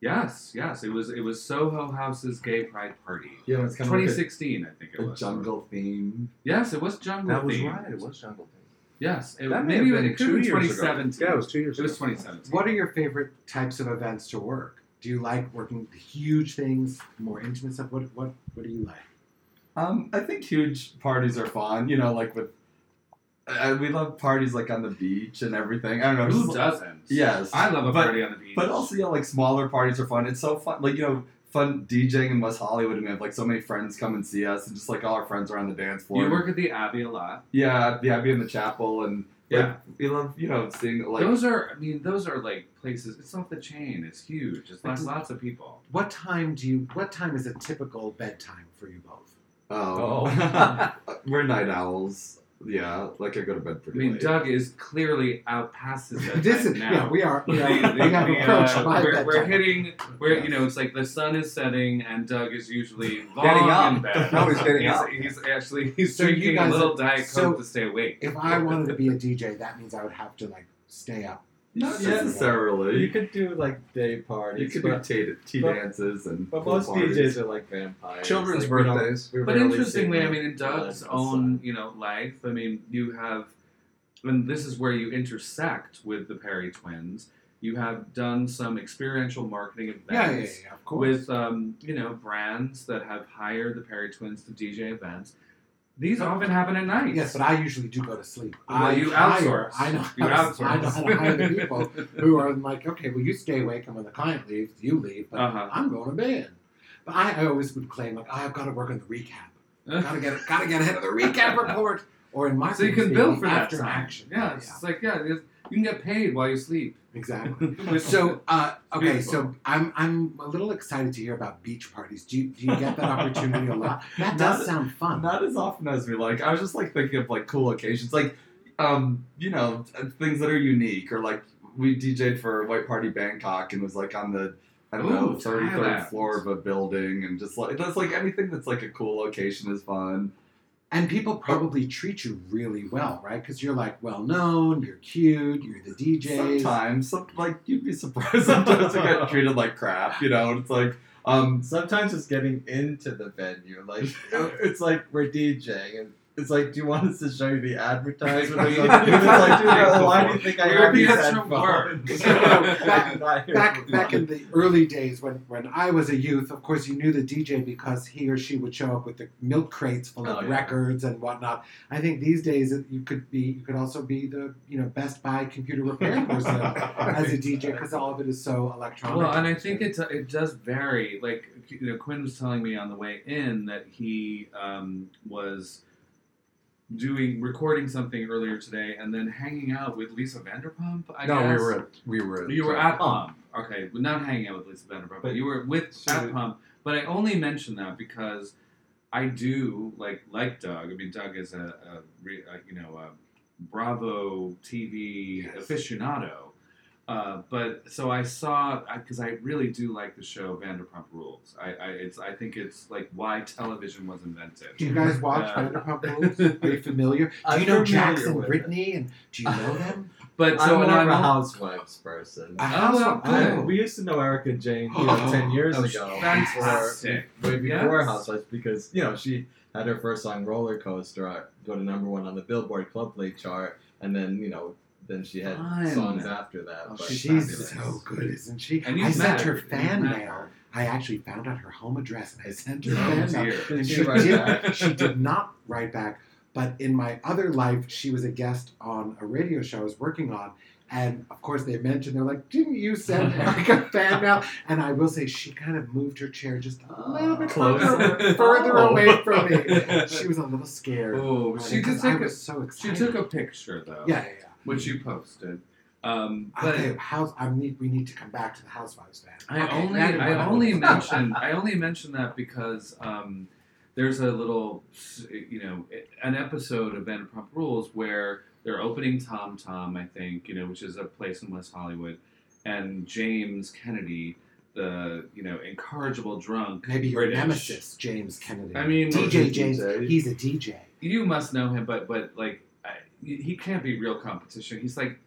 Speaker 2: Yes, yes, it was. It was Soho House's gay pride party,
Speaker 5: yeah, it's kind of like
Speaker 2: 2016, I think it
Speaker 5: a, a
Speaker 2: was.
Speaker 5: jungle theme.
Speaker 2: Yes, it was jungle.
Speaker 7: That was
Speaker 2: themed.
Speaker 7: right. It was Jungle Thing.
Speaker 2: Yes, it,
Speaker 7: That may
Speaker 2: maybe
Speaker 7: have been
Speaker 2: it could have been
Speaker 7: two years ago.
Speaker 2: 2017.
Speaker 7: Yeah, it was two years
Speaker 2: It was
Speaker 7: ago.
Speaker 2: 2017.
Speaker 3: What are your favorite types of events to work? Do you like working the huge things, more intimate stuff? What what what do you like?
Speaker 5: Um, I think huge parties are fun. You know, like with I, we love parties like on the beach and everything. I don't know.
Speaker 2: Who
Speaker 5: just-
Speaker 2: doesn't?
Speaker 5: Yes,
Speaker 2: I love a
Speaker 5: but-
Speaker 2: party on the beach.
Speaker 5: But also, yeah, like smaller parties are fun. It's so fun, like you know, fun DJing in West Hollywood, and we have like so many friends come and see us, and just like all our friends are on the dance floor.
Speaker 2: you work at the Abbey a lot.
Speaker 5: yeah, yeah, be in the chapel, and like,
Speaker 2: Yeah.
Speaker 5: we love you know seeing like
Speaker 2: those are, I mean, those are like places. It's off the chain. It's huge. It's lots, lots of people.
Speaker 3: What time do you? What time is a typical bedtime for you both?
Speaker 5: oh, we're night owls. Yeah, like I go to bed
Speaker 2: I
Speaker 5: pretty
Speaker 2: mean,
Speaker 5: late.
Speaker 2: Doug is clearly out past his bedtime
Speaker 3: This is
Speaker 2: now.
Speaker 3: yeah. We are we, are,
Speaker 2: The- the-
Speaker 3: we have
Speaker 2: the,
Speaker 3: approached
Speaker 2: uh,
Speaker 3: my
Speaker 2: we're,
Speaker 3: bedtime.
Speaker 2: we're hitting where you know it's like the sun is setting and Doug is usually long
Speaker 5: up.
Speaker 2: in bed.
Speaker 5: No, he's
Speaker 7: getting
Speaker 2: he's,
Speaker 7: up.
Speaker 2: He's actually he's
Speaker 3: So you
Speaker 2: drinking a
Speaker 3: guys
Speaker 2: little
Speaker 3: are-
Speaker 2: diet coke
Speaker 3: so-
Speaker 2: to stay awake.
Speaker 3: if I wanted to be a DJ, that means I would have to like stay up.
Speaker 5: Not
Speaker 3: Yeah.
Speaker 5: necessarily.
Speaker 4: You could do like day parties.
Speaker 5: You could do
Speaker 4: but,
Speaker 5: tea, tea
Speaker 4: but-
Speaker 5: dances and
Speaker 4: but
Speaker 5: pool
Speaker 4: most
Speaker 5: parties.
Speaker 4: DJs are like vampires.
Speaker 7: Children's
Speaker 4: Like, we don't-
Speaker 7: birthdays.
Speaker 4: we
Speaker 2: But
Speaker 4: rarely see
Speaker 2: interestingly, I
Speaker 4: them
Speaker 2: mean, in
Speaker 4: alive
Speaker 2: Doug's
Speaker 4: outside.
Speaker 2: own you know life, I mean, you have, and this is where you intersect with the Perry twins. You have done some experiential marketing events.
Speaker 3: Yeah, yeah, yeah. Of course.
Speaker 2: with um, you know brands that have hired the Perry twins to DJ events. These often happen at night.
Speaker 3: Yes, but I usually do go to sleep.
Speaker 2: Well,
Speaker 3: I
Speaker 2: you
Speaker 3: hire,
Speaker 2: outsource.
Speaker 3: I know,
Speaker 2: You
Speaker 3: how to- I know how to hire the
Speaker 2: outsource.
Speaker 3: people who are like, okay, well, you stay awake, and when the client leaves, you leave, but
Speaker 2: Uh-huh.
Speaker 3: I'm going to bed. But I, I always would claim like, oh, I've got to work on the recap. Gotta get, gotta get ahead of the recap report. Or in my
Speaker 2: so you
Speaker 3: case,
Speaker 2: can bill
Speaker 3: speaking,
Speaker 2: for that
Speaker 3: after
Speaker 2: time.
Speaker 3: action.
Speaker 2: Yeah, it's just like yeah, it's- you can get paid while you sleep.
Speaker 3: exactly. So uh, okay, so I'm I'm a little excited to hear about beach parties. Do you, do you get that opportunity a lot? That does
Speaker 5: Not-
Speaker 3: sound fun.
Speaker 5: Not as often as we like. I was just like thinking of like cool occasions, like um, you know, things that are unique, or like we DJ'd for White Party Bangkok and was like on the I don't know
Speaker 2: Ooh,
Speaker 5: thirty third
Speaker 2: Thailand.
Speaker 5: floor of a building, and just like that's like anything that's like a cool location is fun.
Speaker 3: And people probably treat you really well, right? Because you're like well known, you're cute, you're the DJ.
Speaker 5: Sometimes, some, like you'd be surprised sometimes we get treated like crap, you know. And it's like um,
Speaker 4: Sometimes it's getting into the venue. Like it's like we're DJing, and it's like, do you want us to show you the advertisement? or something? it's like, dude, well, why do you think I
Speaker 2: Where
Speaker 4: have these
Speaker 2: does your
Speaker 4: headphones?
Speaker 2: work?
Speaker 3: Back back in the early days when, when I was a youth, of course you knew the DJ because he or she would show up with the milk crates full of
Speaker 5: Oh, yeah.
Speaker 3: records and whatnot. I think these days it- you could be you could also be the you know Best Buy computer repair person as a DJ because all of it is so electronic.
Speaker 2: Well, and I think it it does vary. Like you know, Quinn was telling me on the way in that he um, was doing recording something earlier today, and then hanging out with Lisa Vanderpump. I
Speaker 7: no,
Speaker 2: guess.
Speaker 7: we were at, we were at,
Speaker 2: You were
Speaker 7: uh,
Speaker 2: at Pump. Okay, well, not hanging out with Lisa Vanderpump, but you were with
Speaker 7: She
Speaker 2: at
Speaker 7: was-
Speaker 2: Pump. But I only mention that because I do like like Doug. I mean, Doug is a, a, re- a you know a Bravo TV
Speaker 3: Yes.
Speaker 2: aficionado. Uh, but so I saw because I, really do like the show Vanderpump Rules. I, I it's I think it's like why television was invented.
Speaker 3: Do you guys watch
Speaker 2: Uh,
Speaker 3: Vanderpump Rules? Are you familiar? Do
Speaker 4: I'm
Speaker 3: you know
Speaker 4: familiar
Speaker 3: Jackson
Speaker 4: with it.
Speaker 3: Brittany and do you know them?
Speaker 2: But so
Speaker 4: I'm
Speaker 2: when
Speaker 4: more of
Speaker 2: I'm
Speaker 4: a
Speaker 2: on-
Speaker 4: housewives person.
Speaker 3: I
Speaker 2: well,
Speaker 4: I-
Speaker 3: oh.
Speaker 4: we used to know Erica Jane you know, ten years
Speaker 5: Oh,
Speaker 4: ago.
Speaker 2: fantastic.
Speaker 4: Before, way before
Speaker 2: Yes.
Speaker 4: Housewives, because you know she had her first song "Roller Coaster" uh, go to number one on the Billboard Club Play chart, and then you know then she had
Speaker 2: Fun.
Speaker 4: songs after that.
Speaker 2: Oh,
Speaker 4: but
Speaker 2: she's fabulous.
Speaker 3: She's so good, isn't she?
Speaker 2: and you
Speaker 3: I
Speaker 2: met
Speaker 3: sent her
Speaker 2: you
Speaker 3: fan
Speaker 2: met
Speaker 3: mail.
Speaker 2: her.
Speaker 3: I actually found out her home address and I sent her
Speaker 2: Oh,
Speaker 3: fan mail.
Speaker 2: dear.
Speaker 4: Did
Speaker 3: And
Speaker 4: she
Speaker 3: she
Speaker 4: write
Speaker 3: did,
Speaker 4: back?
Speaker 3: she did not write back. But in my other life, she was a guest on a radio show I was working on. And of course, they mentioned, they're like, didn't you send Erica fan mail? And I will say, she kind of moved her chair just a little bit
Speaker 2: Oh.
Speaker 5: Close.
Speaker 3: further, further
Speaker 5: Oh.
Speaker 3: away from me. She was a little scared.
Speaker 2: Oh, she
Speaker 3: Because
Speaker 2: just
Speaker 3: I
Speaker 2: took a
Speaker 3: was so
Speaker 2: She
Speaker 3: excited.
Speaker 2: took a picture though,
Speaker 3: Yeah, yeah, yeah.
Speaker 2: which you posted. Um, but
Speaker 3: Okay, house, I need, we need to come back to the Housewives fan.
Speaker 2: I
Speaker 3: Okay,
Speaker 2: only
Speaker 3: now you're
Speaker 2: I
Speaker 3: right.
Speaker 2: only mentioned I only mentioned that because um, there's a little, you know, an episode of Vanderpump Rules where they're opening Tom Tom, I think, you know, which is a place in West Hollywood, and James Kennedy, the you know incorrigible drunk,
Speaker 3: Maybe your
Speaker 2: British.
Speaker 3: nemesis, James Kennedy.
Speaker 2: I mean,
Speaker 3: DJ
Speaker 4: DJ.
Speaker 3: James. He's a DJ.
Speaker 2: you must know him, but but like I, he can't be real competition. He's like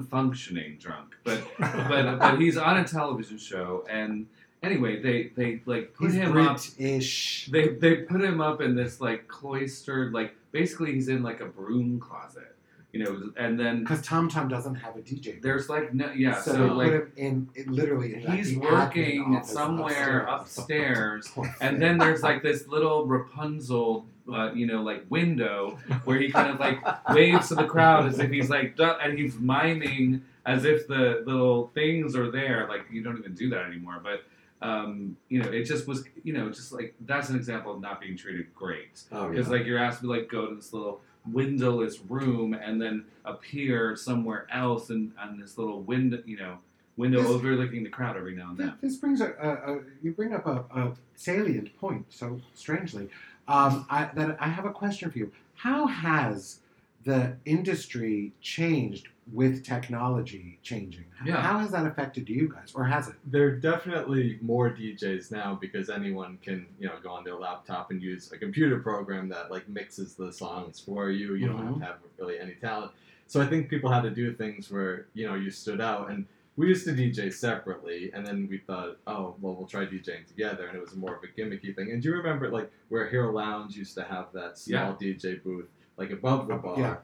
Speaker 2: non-functioning drunk, but but but he's on a television show, and anyway, they they like put
Speaker 3: He's
Speaker 2: him up.
Speaker 3: British.
Speaker 2: They they put him up in this like cloistered, like basically he's in like a broom closet, you know, and then
Speaker 3: Because Tom Tom doesn't have a DJ.
Speaker 2: there's like no yeah, so,
Speaker 3: so, they
Speaker 2: like.
Speaker 3: put him in it literally. in, like,
Speaker 2: He's
Speaker 3: the admin
Speaker 2: working
Speaker 3: office
Speaker 2: somewhere
Speaker 3: upstairs.
Speaker 2: upstairs, and then there's like this little Rapunzel, uh, you know, like window where he kind of like waves to the crowd as if he's like, duh, and he's miming as if the little things are there. Like you don't even do that anymore. But um, you know, it just was, you know, just like that's an example of not being treated great
Speaker 5: Oh, yeah.
Speaker 2: because like you're asked to like go to this little windowless room and then appear somewhere else and on this little window, you know. Window
Speaker 3: This-
Speaker 2: overlooking the crowd every now and
Speaker 3: Th-
Speaker 2: then.
Speaker 3: This brings a, a, a you bring up a, a salient point so strangely um, I, that I have a question for you. How has the industry changed with technology changing? H-
Speaker 2: Yeah.
Speaker 3: How has that affected you guys, or has it?
Speaker 4: There are definitely more DJs now because anyone can, you know, go on their laptop and use a computer program that like mixes the songs for you. You don't
Speaker 5: Mm-hmm.
Speaker 4: have to have really any talent. So I think people had to do things where, you know, you stood out and we used to DJ separately and then we thought, oh, well we'll try DJing together and it was more of a gimmicky thing. And do you remember like where Hero Lounge used to have that small DJ booth like
Speaker 5: Uh,
Speaker 4: above the
Speaker 3: Up-
Speaker 4: bar?
Speaker 3: yeah.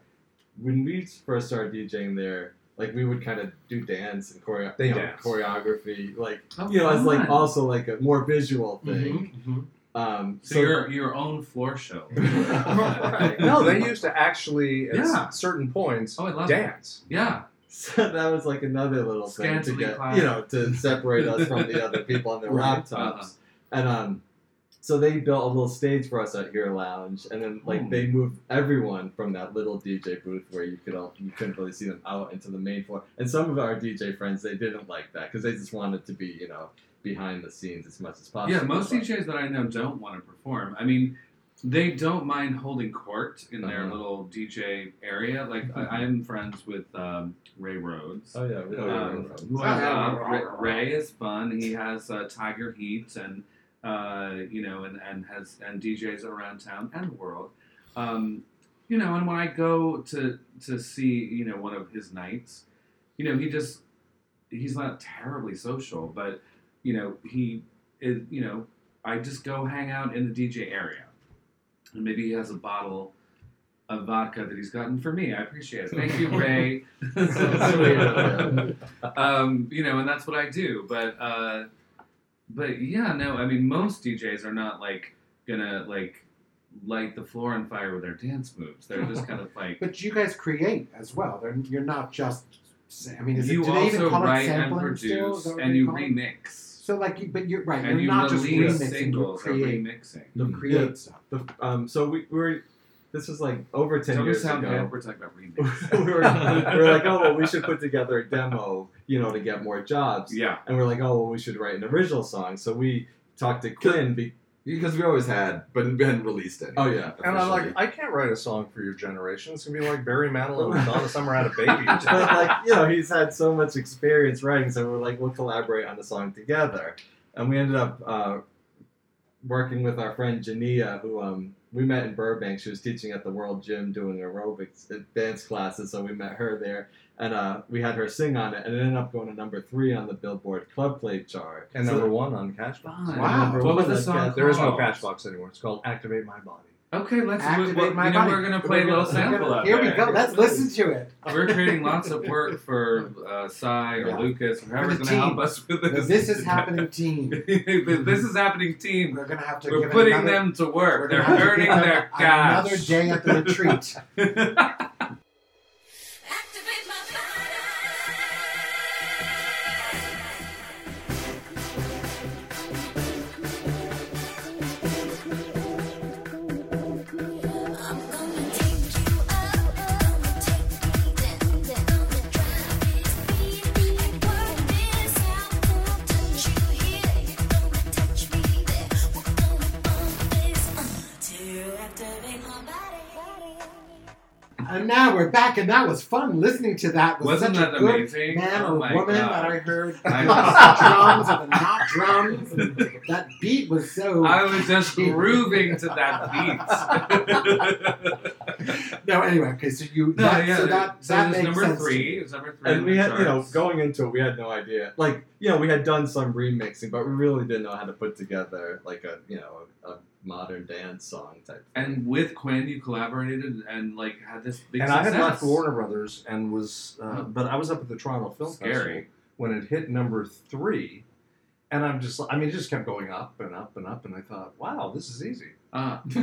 Speaker 4: When we first started DJing there, like we would kind of do dance and choreo-
Speaker 5: They
Speaker 4: you know,
Speaker 5: dance.
Speaker 4: choreography, like
Speaker 2: Oh,
Speaker 4: you know, as like
Speaker 2: fun.
Speaker 4: also like a more visual
Speaker 5: Mm-hmm,
Speaker 4: thing.
Speaker 3: Mhm.
Speaker 4: Um,
Speaker 2: So your your own floor show.
Speaker 4: Right.
Speaker 7: no, they used to actually at
Speaker 2: Yeah.
Speaker 7: certain points
Speaker 2: Oh, I love it.
Speaker 7: dance.
Speaker 2: Yeah,
Speaker 4: so that was like another little thing to
Speaker 2: Scantily
Speaker 4: get
Speaker 2: clad.
Speaker 4: you know to separate us from the other people on their
Speaker 3: Right.
Speaker 4: laptops.
Speaker 2: Uh-huh.
Speaker 4: And um, so they built a little stage for us at Hero Lounge, and then like
Speaker 2: Hmm.
Speaker 4: they moved everyone from that little DJ booth where you could all, you couldn't really see them out into the main floor. And some of our DJ friends they didn't like that because they just wanted to be you know behind the scenes as much as possible.
Speaker 2: yeah. Most
Speaker 4: But-
Speaker 2: DJs that I know don't want to perform. I mean, they don't mind holding court in their
Speaker 4: Uh-huh.
Speaker 2: little DJ area. Like
Speaker 7: Uh-huh.
Speaker 2: I, I'm friends with um, Ray Rhodes.
Speaker 4: Oh yeah, we know where you're
Speaker 2: Um,
Speaker 4: from.
Speaker 2: who I
Speaker 3: Oh,
Speaker 2: love.
Speaker 3: yeah.
Speaker 2: Ray, Ray is fun. He has uh, Tiger Heat and uh, you know and, and has and DJs around town and the world. Um, you know, and when I go to to see you know one of his nights, you know he just he's not terribly social, but you know he is you know I just go hang out in the DJ area, and maybe he has a bottle. Of vodka that he's gotten for me. I appreciate it. Thank you, Ray. so sweet of you um, you know, and that's what I do. But uh, but yeah, no, I mean, most DJs are not like gonna like light the floor on fire with their dance moves. They're just kind of like
Speaker 3: But you guys create as well. They're, you're not just. I mean, is
Speaker 2: you
Speaker 3: it, do they
Speaker 2: also
Speaker 3: even call it
Speaker 2: write and
Speaker 3: sampling still? Is
Speaker 2: produce
Speaker 3: that what
Speaker 2: and
Speaker 3: they
Speaker 2: you
Speaker 3: call it?
Speaker 2: remix
Speaker 3: So like, you, but you're right.
Speaker 2: and
Speaker 3: you're
Speaker 2: you
Speaker 3: not just
Speaker 2: release
Speaker 3: remixing. You
Speaker 2: singles or
Speaker 3: create.
Speaker 2: remixing.
Speaker 3: You
Speaker 4: The-
Speaker 3: create
Speaker 4: the-
Speaker 3: stuff.
Speaker 4: The, um, so we, we were. This was like over ten
Speaker 2: Don't we
Speaker 4: years
Speaker 2: sound
Speaker 4: ago.
Speaker 2: hip? We're talking about
Speaker 4: we
Speaker 2: remix.
Speaker 4: were, we were like, oh, well, we should put together a demo, you know, to get more jobs.
Speaker 2: yeah,
Speaker 4: And we're like, oh, well, we should write an original song. So we talked to Quinn. Be-
Speaker 5: Because we always had, but we hadn't released it.
Speaker 4: oh, yeah.
Speaker 7: And I'm
Speaker 5: officially.
Speaker 7: like, I can't write a song for your generation. It's gonna be like Barry Manilow and Donna Summer had a baby.
Speaker 4: But, like, you know, he's had so much experience writing, so we're like, we'll collaborate on the song together. And we ended up uh, working with our friend Jania, who um, we met in Burbank. She was teaching at the World Gym doing aerobics uh, dance classes, so we met her there. And uh, we had her sing on it, and it ended up going to number three on the Billboard Club Play chart.
Speaker 7: and
Speaker 4: So-
Speaker 7: number one on Cashbox.
Speaker 2: fun.
Speaker 3: Wow.
Speaker 4: Number
Speaker 2: What was
Speaker 4: one
Speaker 2: the
Speaker 4: on
Speaker 2: song?
Speaker 4: Cashbox.
Speaker 7: There is no
Speaker 2: Oh.
Speaker 7: Cashbox anymore. It's called Activate My Body.
Speaker 2: Okay, let's.
Speaker 3: Activate
Speaker 2: well,
Speaker 3: my
Speaker 2: you know,
Speaker 3: body.
Speaker 2: we're gonna play a little sample of
Speaker 3: Here we
Speaker 2: it.
Speaker 3: go. Let's listen to it.
Speaker 2: We're creating lots of work for uh, Cy or
Speaker 3: Yeah.
Speaker 2: Lucas, or whoever's
Speaker 3: the
Speaker 2: gonna help
Speaker 3: team.
Speaker 2: us with
Speaker 3: The
Speaker 2: this.
Speaker 3: This is happening, team.
Speaker 2: this is happening, team.
Speaker 3: We're gonna have to.
Speaker 2: We're
Speaker 3: give it
Speaker 2: putting
Speaker 3: another,
Speaker 2: them to
Speaker 3: we're
Speaker 2: work. They're
Speaker 3: gonna have to give
Speaker 2: earning
Speaker 3: them
Speaker 2: their
Speaker 3: Another
Speaker 2: cash.
Speaker 3: day at the retreat.
Speaker 8: Activate my body. I'm gonna take you out, take me down, down the drive. Baby, work this out. Gonna touch you here, gonna touch me there. We're gonna bump this
Speaker 3: But now we're back, and that was fun listening to that. It Was
Speaker 2: Wasn't
Speaker 3: such
Speaker 2: that
Speaker 3: a good
Speaker 2: amazing?
Speaker 3: Man
Speaker 2: oh
Speaker 3: or
Speaker 2: my
Speaker 3: woman that
Speaker 2: god.
Speaker 3: I heard
Speaker 2: I
Speaker 3: drums and not drums. And that beat was so.
Speaker 2: I was just grooving to that beat.
Speaker 3: no, anyway, okay. So you.
Speaker 2: No,
Speaker 3: that,
Speaker 2: yeah,
Speaker 3: so that
Speaker 2: so
Speaker 3: that
Speaker 2: it was
Speaker 3: makes
Speaker 2: number
Speaker 3: sense.
Speaker 2: three. It was number three.
Speaker 4: And we had, you know,
Speaker 2: charts.
Speaker 4: going into it, we had no idea. Like, you know, we had done some remixing, but we really didn't know how to put together like a, you know, a, a modern dance song type. Thing.
Speaker 2: And with Quinn, you collaborated and, and like had this big
Speaker 7: and I
Speaker 2: success.
Speaker 7: had left Warner Brothers and was, uh, but I was up at the Toronto Film
Speaker 2: Scary.
Speaker 7: Festival when it hit number three, and I'm just, I mean, it just kept going up and up and up, and I thought, wow, this is easy.
Speaker 2: Uh,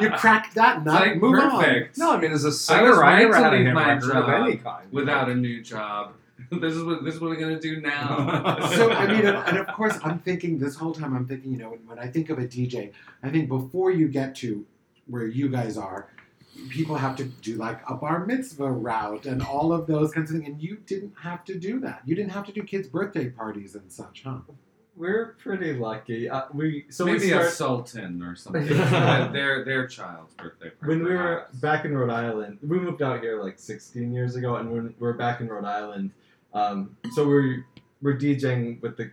Speaker 3: you cracked that nut.
Speaker 2: like,
Speaker 3: move
Speaker 2: perfect.
Speaker 7: No, I mean, as
Speaker 2: I
Speaker 7: a
Speaker 2: was
Speaker 7: singer,
Speaker 2: right
Speaker 7: I, never
Speaker 2: to
Speaker 7: had a
Speaker 2: leave
Speaker 7: hit
Speaker 2: my
Speaker 7: record of
Speaker 2: job
Speaker 7: any kind.
Speaker 2: Without a new job, this is what this is what we're gonna do now.
Speaker 3: on. So I mean, and, and of course, I'm thinking this whole time. I'm thinking, you know, when, when I think of a DJ, I think before you get to where you guys are, people have to do like a bar mitzvah route and all of those kinds of things. And you didn't have to do that. You didn't have to do kids' birthday parties and such, huh?
Speaker 4: We're pretty lucky. Uh, we so
Speaker 2: maybe
Speaker 4: we start,
Speaker 2: a sultan or something. But their their child's birthday. party,
Speaker 4: when we were
Speaker 2: perhaps.
Speaker 4: back in Rhode Island, we moved out here like 16 years ago, and when we are back in Rhode Island, um, so we're we're DJing with the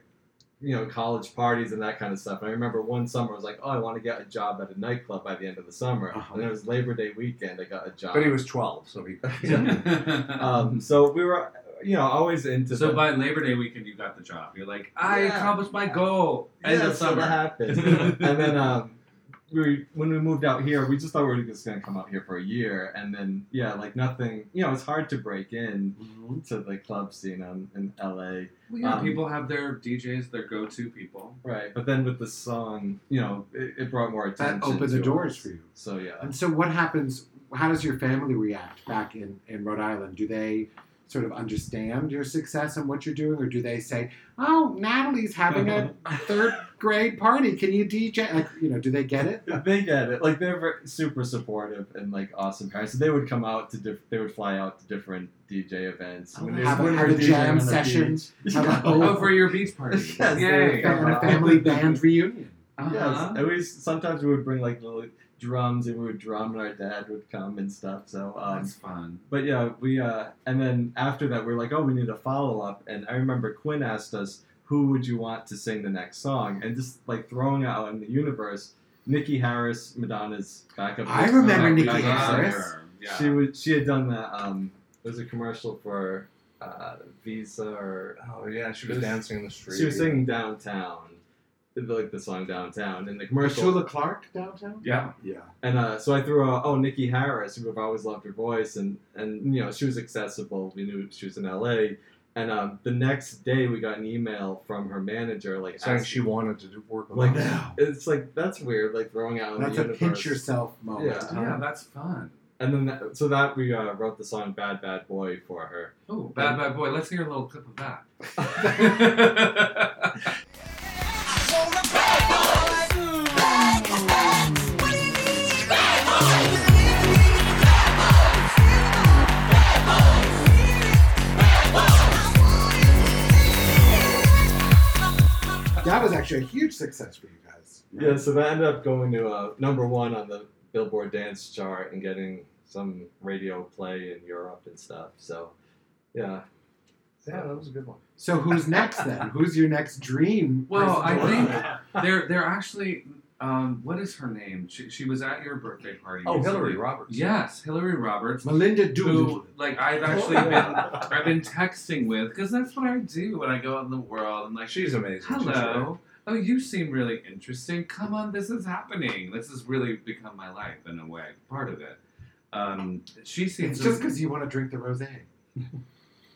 Speaker 4: you know college parties and that kind of stuff. And I remember one summer I was like, oh, I want to get a job at a nightclub by the end of the summer,
Speaker 3: Uh-huh.
Speaker 4: and it was Labor Day weekend. I got a job.
Speaker 7: But he was 12, so he. oh,
Speaker 4: um, so we were you know always into
Speaker 2: so
Speaker 4: the,
Speaker 2: by Labor Day weekend, you got the job. You're like, I
Speaker 4: Yeah.
Speaker 2: accomplished my goal.
Speaker 4: yeah,
Speaker 2: End of
Speaker 4: so
Speaker 2: summer.
Speaker 4: that happened. and then um, we when we moved out here, we just thought we were just gonna come out here for a year, and then yeah, like nothing. You know, it's hard to break in to the club scene um, in LA,
Speaker 2: Well, yeah,
Speaker 4: Um,
Speaker 2: Uh, people have their DJs, their go-to people.
Speaker 4: right? But then with the song, you know, it, it brought more attention.
Speaker 3: That opened the
Speaker 4: to
Speaker 3: doors
Speaker 4: us.
Speaker 3: for you.
Speaker 4: So yeah,
Speaker 3: And so, what happens? How does your family react back in, in Rhode Island? Do they sort of understand your success and what you're doing, or do they say, "Oh, Natalie's having a third grade party. Can you DJ?" Like, you know, do they get it?
Speaker 4: they get it. Like they're ver- super supportive and like awesome parents. So they would come out to diff- they would fly out to different DJ events.
Speaker 3: Oh,
Speaker 4: When they-
Speaker 3: have a-
Speaker 4: when we
Speaker 3: have
Speaker 4: were
Speaker 3: a
Speaker 4: DJing
Speaker 3: jam
Speaker 4: on the
Speaker 3: session,
Speaker 4: beach.
Speaker 3: have a
Speaker 4: Yeah.
Speaker 3: whole-
Speaker 2: Oh, for your beach party.
Speaker 4: Yes, there
Speaker 2: Yay.
Speaker 4: you go.
Speaker 3: And a family band reunion.
Speaker 2: Uh-huh.
Speaker 4: Yes, and we sometimes we would bring like little drums and we would drum, and our dad would come and stuff. So, um,
Speaker 2: That's fun.
Speaker 4: but yeah, we uh, and then after that, we are like, oh, we need a follow up. And I remember Quinn asked us, who would you want to sing the next song? And just like throwing out in the universe, Nikki Harris, Madonna's backup.
Speaker 3: I
Speaker 4: singer,
Speaker 3: remember Nikki
Speaker 4: backup singer.
Speaker 3: Harris.
Speaker 2: Yeah.
Speaker 4: She would. She had done that. Um, it was a commercial for uh, Visa or
Speaker 7: Oh, yeah, she was
Speaker 4: It was-
Speaker 7: dancing in the street.
Speaker 4: she was singing downtown, like the song downtown, and the commercial.
Speaker 3: Shula Clark downtown.
Speaker 2: yeah.
Speaker 7: Yeah.
Speaker 4: And uh, so I threw out, oh, Nikki Harris, who I've always loved her voice, and, and you know, she was accessible. We knew she was in LA. And um, the next day we got an email from her manager, like,
Speaker 7: Saying
Speaker 4: asking-
Speaker 7: she wanted to do work on
Speaker 4: Like
Speaker 7: that.
Speaker 3: No,
Speaker 4: it's like, that's weird, like throwing out in
Speaker 3: that's
Speaker 4: the
Speaker 3: a
Speaker 4: universe.
Speaker 3: pinch yourself moment.
Speaker 4: Yeah.
Speaker 2: Yeah, that's fun.
Speaker 4: And then, that, so that we uh, wrote the song Bad Bad Boy for her.
Speaker 2: Oh, bad bad boy. Let's hear a little clip of that.
Speaker 3: That was actually a huge success for you guys.
Speaker 4: Yeah, so that ended up going to uh, number one on the Billboard dance chart and getting some radio play in Europe and stuff. So, yeah.
Speaker 7: Yeah, that was a good one.
Speaker 3: So who's next then? Who's your next dream?
Speaker 2: well, I
Speaker 3: person to
Speaker 2: think
Speaker 3: work with?
Speaker 2: they're they're actually. Um, what is her name? She, she was at your birthday party.
Speaker 7: Oh,
Speaker 2: recently.
Speaker 7: Hillary Roberts.
Speaker 2: Yes, Hillary Roberts.
Speaker 3: Melinda
Speaker 2: Who,
Speaker 3: Doolittle.
Speaker 2: like, I've actually been I've been texting with because that's what I do when I go out in the world. I'm like,
Speaker 7: She's amazing. She's
Speaker 2: hello. Oh, you seem really interesting. Come on, this is happening. This has really become my life in a way, part of it. Um, she seems
Speaker 3: It's just because you want to drink the rosé.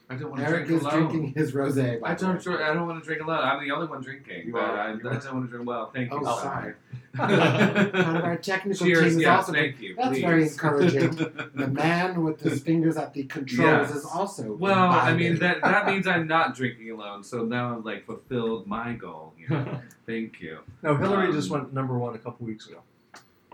Speaker 2: I don't want to
Speaker 3: Eric
Speaker 2: drink
Speaker 3: is
Speaker 2: alone.
Speaker 3: drinking his rosé. by
Speaker 2: I
Speaker 3: the way.
Speaker 2: don't. dr- I don't want to drink alone. I'm the only one drinking.
Speaker 3: You
Speaker 2: but
Speaker 3: are.
Speaker 2: I, I don't want to drink. Well, thank you.
Speaker 3: Oh,
Speaker 2: so
Speaker 3: sorry.
Speaker 2: much.
Speaker 3: One of our technical team
Speaker 2: Cheers.
Speaker 3: is
Speaker 2: Yes,
Speaker 3: also.
Speaker 2: thank you.
Speaker 3: That's
Speaker 2: please.
Speaker 3: very encouraging. The man with his fingers at the controls
Speaker 2: Yes.
Speaker 3: is also.
Speaker 2: Well, I mean that
Speaker 3: imbibing.
Speaker 2: that means I'm not drinking alone. So now I've like fulfilled my goal. Here. thank you.
Speaker 7: No, Hillary just
Speaker 2: Um,
Speaker 7: went number one a couple weeks ago.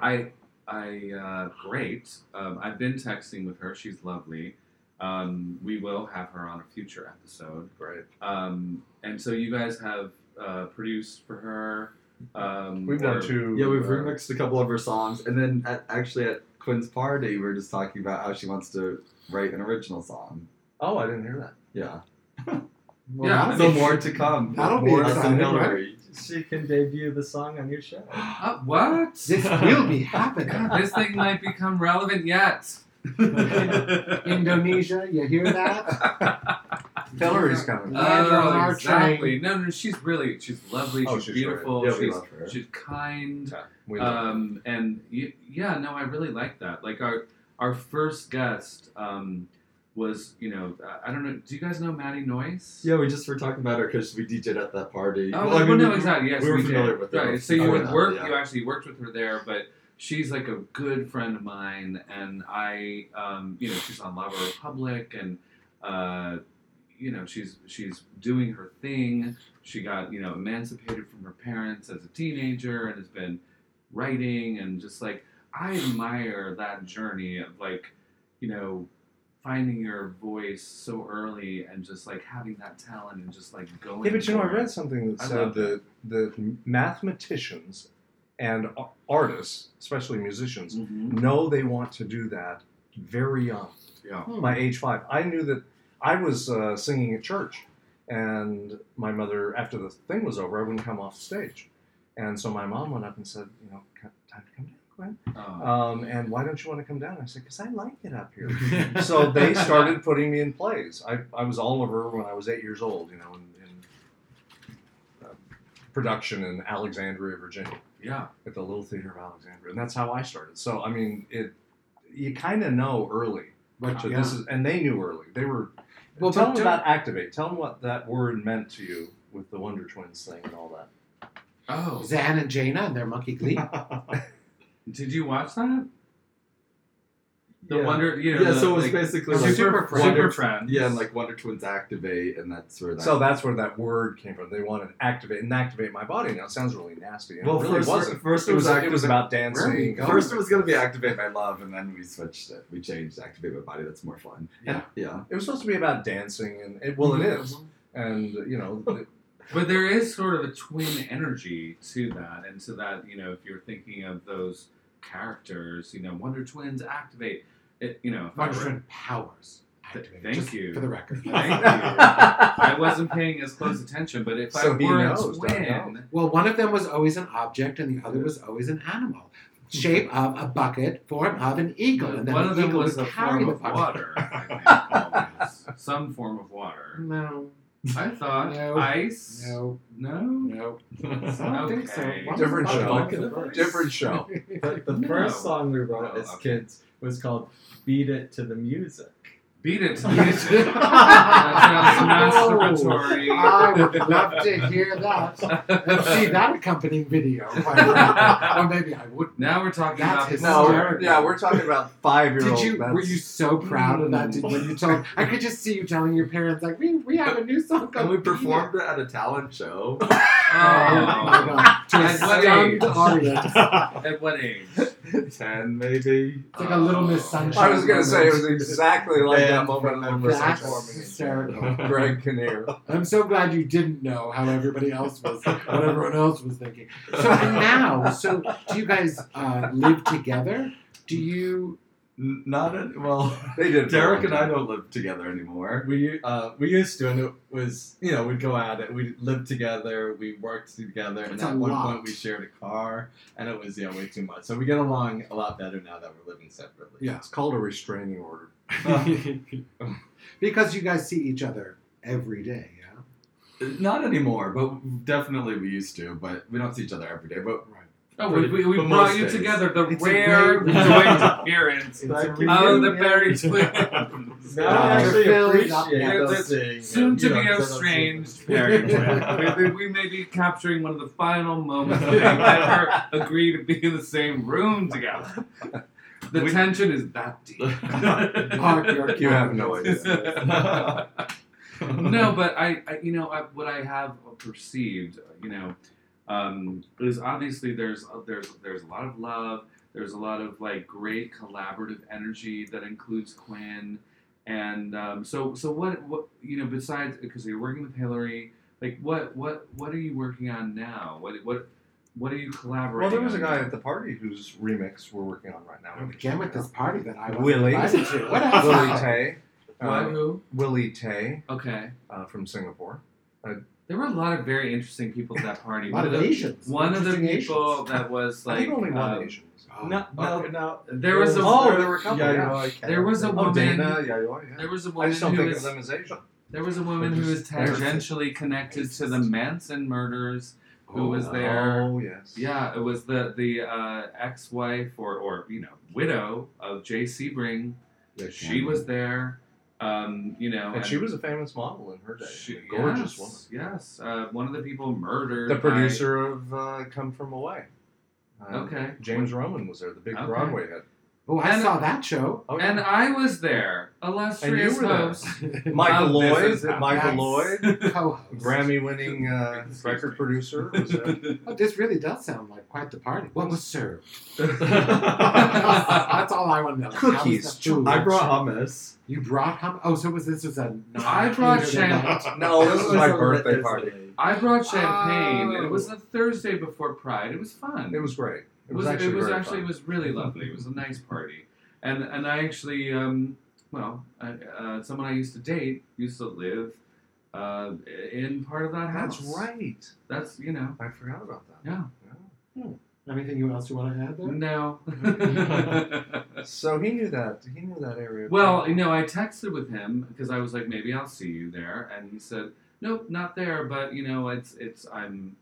Speaker 2: I, I, uh, great. Um, I've been texting with her. She's lovely. Um, we will have her on a future episode.
Speaker 7: Great.
Speaker 2: Um, and so you guys have uh, produced for her. Um,
Speaker 7: We've
Speaker 2: or-
Speaker 7: done two.
Speaker 4: Yeah, we've
Speaker 7: uh,
Speaker 4: remixed a couple of her songs, and then at, actually at
Speaker 5: Quinn's party, we were just talking about how she wants to write an original song.
Speaker 7: Oh, I didn't hear that.
Speaker 5: Yeah.
Speaker 3: Well,
Speaker 2: Yeah,
Speaker 3: that'll
Speaker 5: So
Speaker 3: be-
Speaker 5: more to come.
Speaker 3: that'll be
Speaker 5: more
Speaker 3: exciting,
Speaker 5: from Hillary.
Speaker 4: She can debut the song on your show.
Speaker 2: Uh, what?
Speaker 3: This will be happening.
Speaker 2: God, this thing might become relevant yet.
Speaker 7: Uh,
Speaker 3: Indonesia, you hear that?
Speaker 7: Hillary's coming.
Speaker 3: Land her on
Speaker 2: Oh,
Speaker 3: our
Speaker 2: exactly. No, no, she's really, she's lovely.
Speaker 7: Oh,
Speaker 2: she's,
Speaker 7: she's great.
Speaker 2: beautiful.
Speaker 5: Yeah, we
Speaker 2: she's
Speaker 5: love her.
Speaker 2: she's kind.
Speaker 7: Yeah, we
Speaker 2: Um, and y- yeah, no, I really like that. Like our our first guest um, was, you know, uh, I don't know. Do you guys know Maddie Noyce?
Speaker 5: Yeah, we just were talking about her because we DJ'd at that party.
Speaker 2: Oh,
Speaker 5: Well, I
Speaker 2: well,
Speaker 5: mean,
Speaker 2: no,
Speaker 5: we-
Speaker 2: exactly. Yes,
Speaker 5: we were
Speaker 2: we
Speaker 5: familiar
Speaker 2: did.
Speaker 5: with her.
Speaker 2: Right. So you
Speaker 5: Oh,
Speaker 2: would
Speaker 5: yeah,
Speaker 2: work.
Speaker 5: yeah.
Speaker 2: You actually worked with her there, but she's like a good friend of mine, and I, um, you know, she's on Lava Republic, and uh, you know, she's she's doing her thing. She got you know emancipated from her parents as a teenager, and has been writing and just like I admire that journey of like, you know. Finding your voice so early and just like having that talent and just like going.
Speaker 7: Yeah, but you know, I
Speaker 2: for it.
Speaker 7: read something that
Speaker 2: I
Speaker 7: said
Speaker 2: love
Speaker 7: that the mathematicians and a- artists, especially musicians,
Speaker 3: Mm-hmm.
Speaker 2: Mhm.
Speaker 7: know they want to do that very young.
Speaker 2: Yeah.
Speaker 7: By age five, I knew that I was uh, singing at church, and my mother, after the thing was over, I wouldn't come off the stage, and so my mom went up and said, you know, "Come- time to come down, Gwen.
Speaker 2: Oh.
Speaker 7: Um, and why don't you want to come down? I said, because I like it up here. so they started putting me in plays. I, I was Oliver when I was eight years old, you know, in, in uh, production in Alexandria, Virginia,
Speaker 2: Yeah.
Speaker 7: at the Little Theater of Alexandria, and that's how I started. So I mean, it you kind of know early.
Speaker 3: But
Speaker 7: So
Speaker 3: yeah.
Speaker 7: this is, and they knew early. They were.
Speaker 3: Well,
Speaker 7: Well, tell
Speaker 3: but
Speaker 7: them
Speaker 3: don't-
Speaker 7: about activate. Tell them what that word meant to you with the Wonder Twins thing and all that.
Speaker 2: Oh,
Speaker 3: Zan and Jaina and their monkey glee.
Speaker 2: did you watch that? The
Speaker 5: yeah.
Speaker 2: Wonder, you know,
Speaker 5: Yeah,
Speaker 2: the,
Speaker 5: so it was
Speaker 2: like,
Speaker 5: basically
Speaker 3: Super
Speaker 5: like
Speaker 3: Friends.
Speaker 5: Wonder,
Speaker 2: Super Friends.
Speaker 5: Yeah, and like Wonder Twins activate, and that's where that.
Speaker 7: So that's where that word came from. They wanted activate and activate my body. Now it sounds really nasty. And
Speaker 5: well,
Speaker 7: it really
Speaker 5: first,
Speaker 7: wasn't.
Speaker 5: first
Speaker 7: It was,
Speaker 5: activate,
Speaker 7: it was about
Speaker 3: Where are we
Speaker 7: dancing.
Speaker 3: going?
Speaker 5: First, it was gonna be activate my love, and then we switched it. We changed activate my body. That's more fun.
Speaker 7: Yeah.
Speaker 5: yeah.
Speaker 7: It was supposed to be about dancing, and it, well, it is. And you know, it-
Speaker 2: But there is sort of a twin energy to that, and to that, you know, if you're thinking of those characters, you know, Wonder Twins activate. It, you know, if I
Speaker 3: Wonder
Speaker 2: were-
Speaker 3: Twin powers. activated,
Speaker 2: thank
Speaker 3: just
Speaker 2: you.
Speaker 3: For the record.
Speaker 2: Thank you. I wasn't paying as close attention, but if
Speaker 7: So
Speaker 2: I
Speaker 7: he
Speaker 2: were
Speaker 7: knows,
Speaker 2: a
Speaker 7: don't know.
Speaker 2: twin,
Speaker 3: Well, one of them was always an object and the other was always an animal. Shape of a bucket, form of an eagle, and then
Speaker 2: one
Speaker 3: the
Speaker 2: of them
Speaker 3: eagle
Speaker 2: was
Speaker 3: would
Speaker 2: a form
Speaker 3: carry the
Speaker 2: of
Speaker 3: bucket.
Speaker 2: water. I think, always. some form of water.
Speaker 3: No,
Speaker 2: I thought
Speaker 3: No.
Speaker 2: ice.
Speaker 3: no,
Speaker 2: No.
Speaker 3: no.
Speaker 5: the
Speaker 3: I don't think so.
Speaker 2: Okay.
Speaker 3: One
Speaker 7: Different
Speaker 3: was a
Speaker 7: show.
Speaker 3: bucket.
Speaker 7: different show.
Speaker 4: The, the
Speaker 2: No.
Speaker 4: first song we wrote
Speaker 2: Oh,
Speaker 4: as
Speaker 2: okay.
Speaker 4: kids was called "Beat It to the Music."
Speaker 2: Beat it. That sounds
Speaker 3: Oh.
Speaker 2: masturbatory.
Speaker 3: I would love to hear that. Let's see that accompanying video. if I remember. or maybe I wouldn't.
Speaker 2: Now we're talking
Speaker 3: That's
Speaker 2: about the
Speaker 3: hysterical.
Speaker 5: No,
Speaker 2: story.
Speaker 5: we're, yeah, we're talking about five year
Speaker 3: Did
Speaker 5: old.
Speaker 3: you? Were you so proud of that? Did, when you told, I could just see you telling your parents, like, we, we have a new song
Speaker 5: And
Speaker 3: coming.
Speaker 5: we performed it at a talent show.
Speaker 3: Oh my
Speaker 2: Oh.
Speaker 3: god! To a
Speaker 2: At what age? At
Speaker 3: stunned audience.
Speaker 2: what age?
Speaker 5: Ten, maybe.
Speaker 3: It's like a Little Miss Sunshine.
Speaker 7: I was gonna say it was exactly like
Speaker 5: Yeah.
Speaker 7: that moment when we're
Speaker 3: That's
Speaker 7: performing.
Speaker 3: hysterical.
Speaker 7: Greg Kinnear.
Speaker 3: I'm so glad you didn't know how everybody else was, what everyone else was thinking. So and now, so do you guys uh, live together? Do you?
Speaker 5: N- Not a, well.
Speaker 7: They did.
Speaker 5: Derek and I don't live together anymore.
Speaker 4: We uh, we used to, and it was you know we'd go at it. We lived together. We worked together, and
Speaker 3: That's
Speaker 4: at
Speaker 3: a
Speaker 4: one
Speaker 3: lot.
Speaker 4: point we shared a car, and it was yeah way too much. So we get along a lot better now that we're living separately. Uh,
Speaker 3: Yeah.
Speaker 7: It's called a restraining order.
Speaker 3: Because you guys see each other every day. Yeah.
Speaker 5: Not anymore, but definitely we used to. But we don't see each other every day. But
Speaker 3: Right.
Speaker 2: Oh, we, we, we brought
Speaker 5: But most
Speaker 2: you
Speaker 5: days.
Speaker 2: together. The
Speaker 3: It's a
Speaker 2: rare
Speaker 3: great-
Speaker 2: joint appearance
Speaker 7: It's a
Speaker 2: of the
Speaker 4: reunion.
Speaker 2: Barry Twins.
Speaker 4: Now I actually
Speaker 3: Phil is
Speaker 4: appreciate
Speaker 3: up
Speaker 2: there.
Speaker 4: those things,
Speaker 2: Soon
Speaker 4: and,
Speaker 2: to
Speaker 4: you know,
Speaker 2: be
Speaker 4: so that's-
Speaker 2: estranged Barry Twins. We, we may be capturing one of the final moments that they ever agree to be in the same room together. The
Speaker 5: We-
Speaker 2: tension is that deep.
Speaker 3: Park your
Speaker 7: You have no idea.
Speaker 2: no, but I, I you know, I, what I have perceived, you know, um, is obviously there's uh, there's there's a lot of love. There's a lot of like great collaborative energy that includes Quinn, and um, so so what what you know besides because you're working with Hillary, like what what what are you working on now? What what What are you collaborating?
Speaker 7: Well, there was a
Speaker 2: on?
Speaker 7: guy at the party whose remix we're working on right now.
Speaker 3: I'm again with this party that I was
Speaker 7: Oh, Willie.
Speaker 3: invited to. What
Speaker 7: Willie
Speaker 3: happened?
Speaker 7: Tay.
Speaker 2: What?
Speaker 7: Uh,
Speaker 2: Who?
Speaker 7: Willie Tay
Speaker 2: Okay.
Speaker 7: uh, from Singapore.
Speaker 2: There were a lot of very interesting people at that party.
Speaker 3: A lot
Speaker 2: one
Speaker 3: of
Speaker 2: the,
Speaker 3: Asians.
Speaker 2: one of the
Speaker 3: Interesting
Speaker 2: people
Speaker 3: Asians.
Speaker 2: that was
Speaker 7: I
Speaker 2: like
Speaker 7: think only one
Speaker 2: uh,
Speaker 7: Asian.
Speaker 3: Oh,
Speaker 5: No, no, no.
Speaker 2: there was a
Speaker 7: oh, there were a couple.
Speaker 5: Yeah,
Speaker 7: yeah.
Speaker 5: you're like-
Speaker 2: there was a
Speaker 7: Oh,
Speaker 2: woman
Speaker 7: Dana, yeah, you are, yeah.
Speaker 2: there was a
Speaker 7: I
Speaker 2: woman
Speaker 7: just don't
Speaker 2: who
Speaker 7: think of
Speaker 2: was
Speaker 7: them as Asian.
Speaker 2: there was a woman who was
Speaker 7: They're just-
Speaker 2: tangentially connected to the Manson murders. Who was there?
Speaker 7: Oh, yes.
Speaker 2: Yeah, it was the the uh, ex-wife or or you know widow of Jay Sebring.
Speaker 4: Oh,
Speaker 2: She was there. Um, you know,
Speaker 7: And she was a famous model in her day.
Speaker 2: she-
Speaker 7: a gorgeous
Speaker 2: yes,
Speaker 7: woman.
Speaker 2: Yes, uh, one of the people murdered.
Speaker 7: The
Speaker 2: by-
Speaker 7: producer of uh, Come From Away. Uh,
Speaker 2: okay,
Speaker 7: James Roman was there, the big
Speaker 2: Okay.
Speaker 7: Broadway hit.
Speaker 3: Oh, I
Speaker 2: And-
Speaker 3: saw that show.
Speaker 7: Oh,
Speaker 2: And
Speaker 7: yeah.
Speaker 2: I was there, illustrious
Speaker 7: And you were there.
Speaker 2: host.
Speaker 7: Michael
Speaker 2: Um, this
Speaker 7: Lloyd,
Speaker 2: is-
Speaker 7: is it Michael
Speaker 3: That's
Speaker 7: Lloyd,
Speaker 3: Co-host.
Speaker 7: Grammy-winning uh, record producer. Was uh, there.
Speaker 3: Oh, this really does sound like quite the party. What was served?
Speaker 5: I
Speaker 3: That's all I want to know. How was
Speaker 7: Cookies,
Speaker 3: the food?
Speaker 5: brought hummus.
Speaker 3: You brought hum. Oh, so was this was a. non-
Speaker 2: I brought
Speaker 3: catered event.
Speaker 2: champagne.
Speaker 7: No, this
Speaker 5: It
Speaker 7: was my
Speaker 5: a
Speaker 7: birthday
Speaker 5: lit-
Speaker 7: party.
Speaker 2: I brought champagne, and
Speaker 3: Oh.
Speaker 2: it was the Thursday before Pride. It was fun.
Speaker 7: It was great. It
Speaker 2: It
Speaker 7: was,
Speaker 2: was,
Speaker 7: actually
Speaker 2: it was
Speaker 7: very
Speaker 2: actually
Speaker 7: fun.
Speaker 2: it was really lovely. It was a nice party, and and I actually um well I, uh, someone I used to date used to live uh, in part of that house.
Speaker 7: That's right.
Speaker 2: That's you know
Speaker 7: I forgot about that.
Speaker 2: Yeah.
Speaker 3: Anything you else you want to add there?
Speaker 2: no.
Speaker 7: Yeah. So he knew that. He knew that area.
Speaker 2: well, you know I texted with him because I was like maybe I'll see you there, and he said nope, not there, but you know it's it's I'm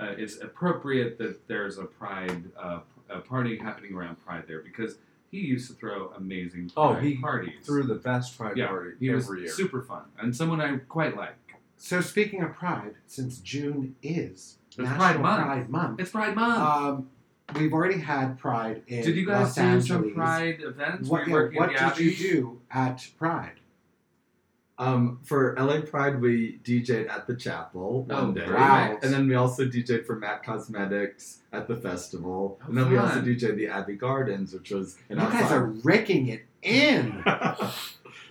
Speaker 2: uh, it's appropriate that there's a Pride uh, a party happening around Pride there because. He used to throw amazing
Speaker 7: Oh,
Speaker 2: Pride
Speaker 7: he
Speaker 2: parties.
Speaker 7: through the best pride
Speaker 2: Yeah,
Speaker 7: party
Speaker 2: He was
Speaker 7: every year.
Speaker 2: super fun and someone I quite like.
Speaker 3: So speaking of pride, since June is
Speaker 2: It's
Speaker 3: National
Speaker 2: Pride Month.
Speaker 3: Month,
Speaker 2: It's Pride Month.
Speaker 3: um, we've already had Pride in
Speaker 2: Did you guys
Speaker 3: Uh, Los
Speaker 2: do
Speaker 3: Angeles.
Speaker 2: some Pride events?
Speaker 3: What,
Speaker 2: Were you
Speaker 3: yeah,
Speaker 2: working
Speaker 3: what
Speaker 2: at
Speaker 3: did
Speaker 2: the Abbey?
Speaker 3: you do at Pride?
Speaker 5: Um, for LA Pride, we DJ'd at the chapel
Speaker 2: Oh,
Speaker 5: one day,
Speaker 3: wow.
Speaker 5: and then we also DJ'd for Matt Cosmetics at the festival, and then we also
Speaker 2: fun.
Speaker 5: DJ'd the Abbey Gardens, which was an
Speaker 3: you guys
Speaker 5: outside-
Speaker 3: are raking it in.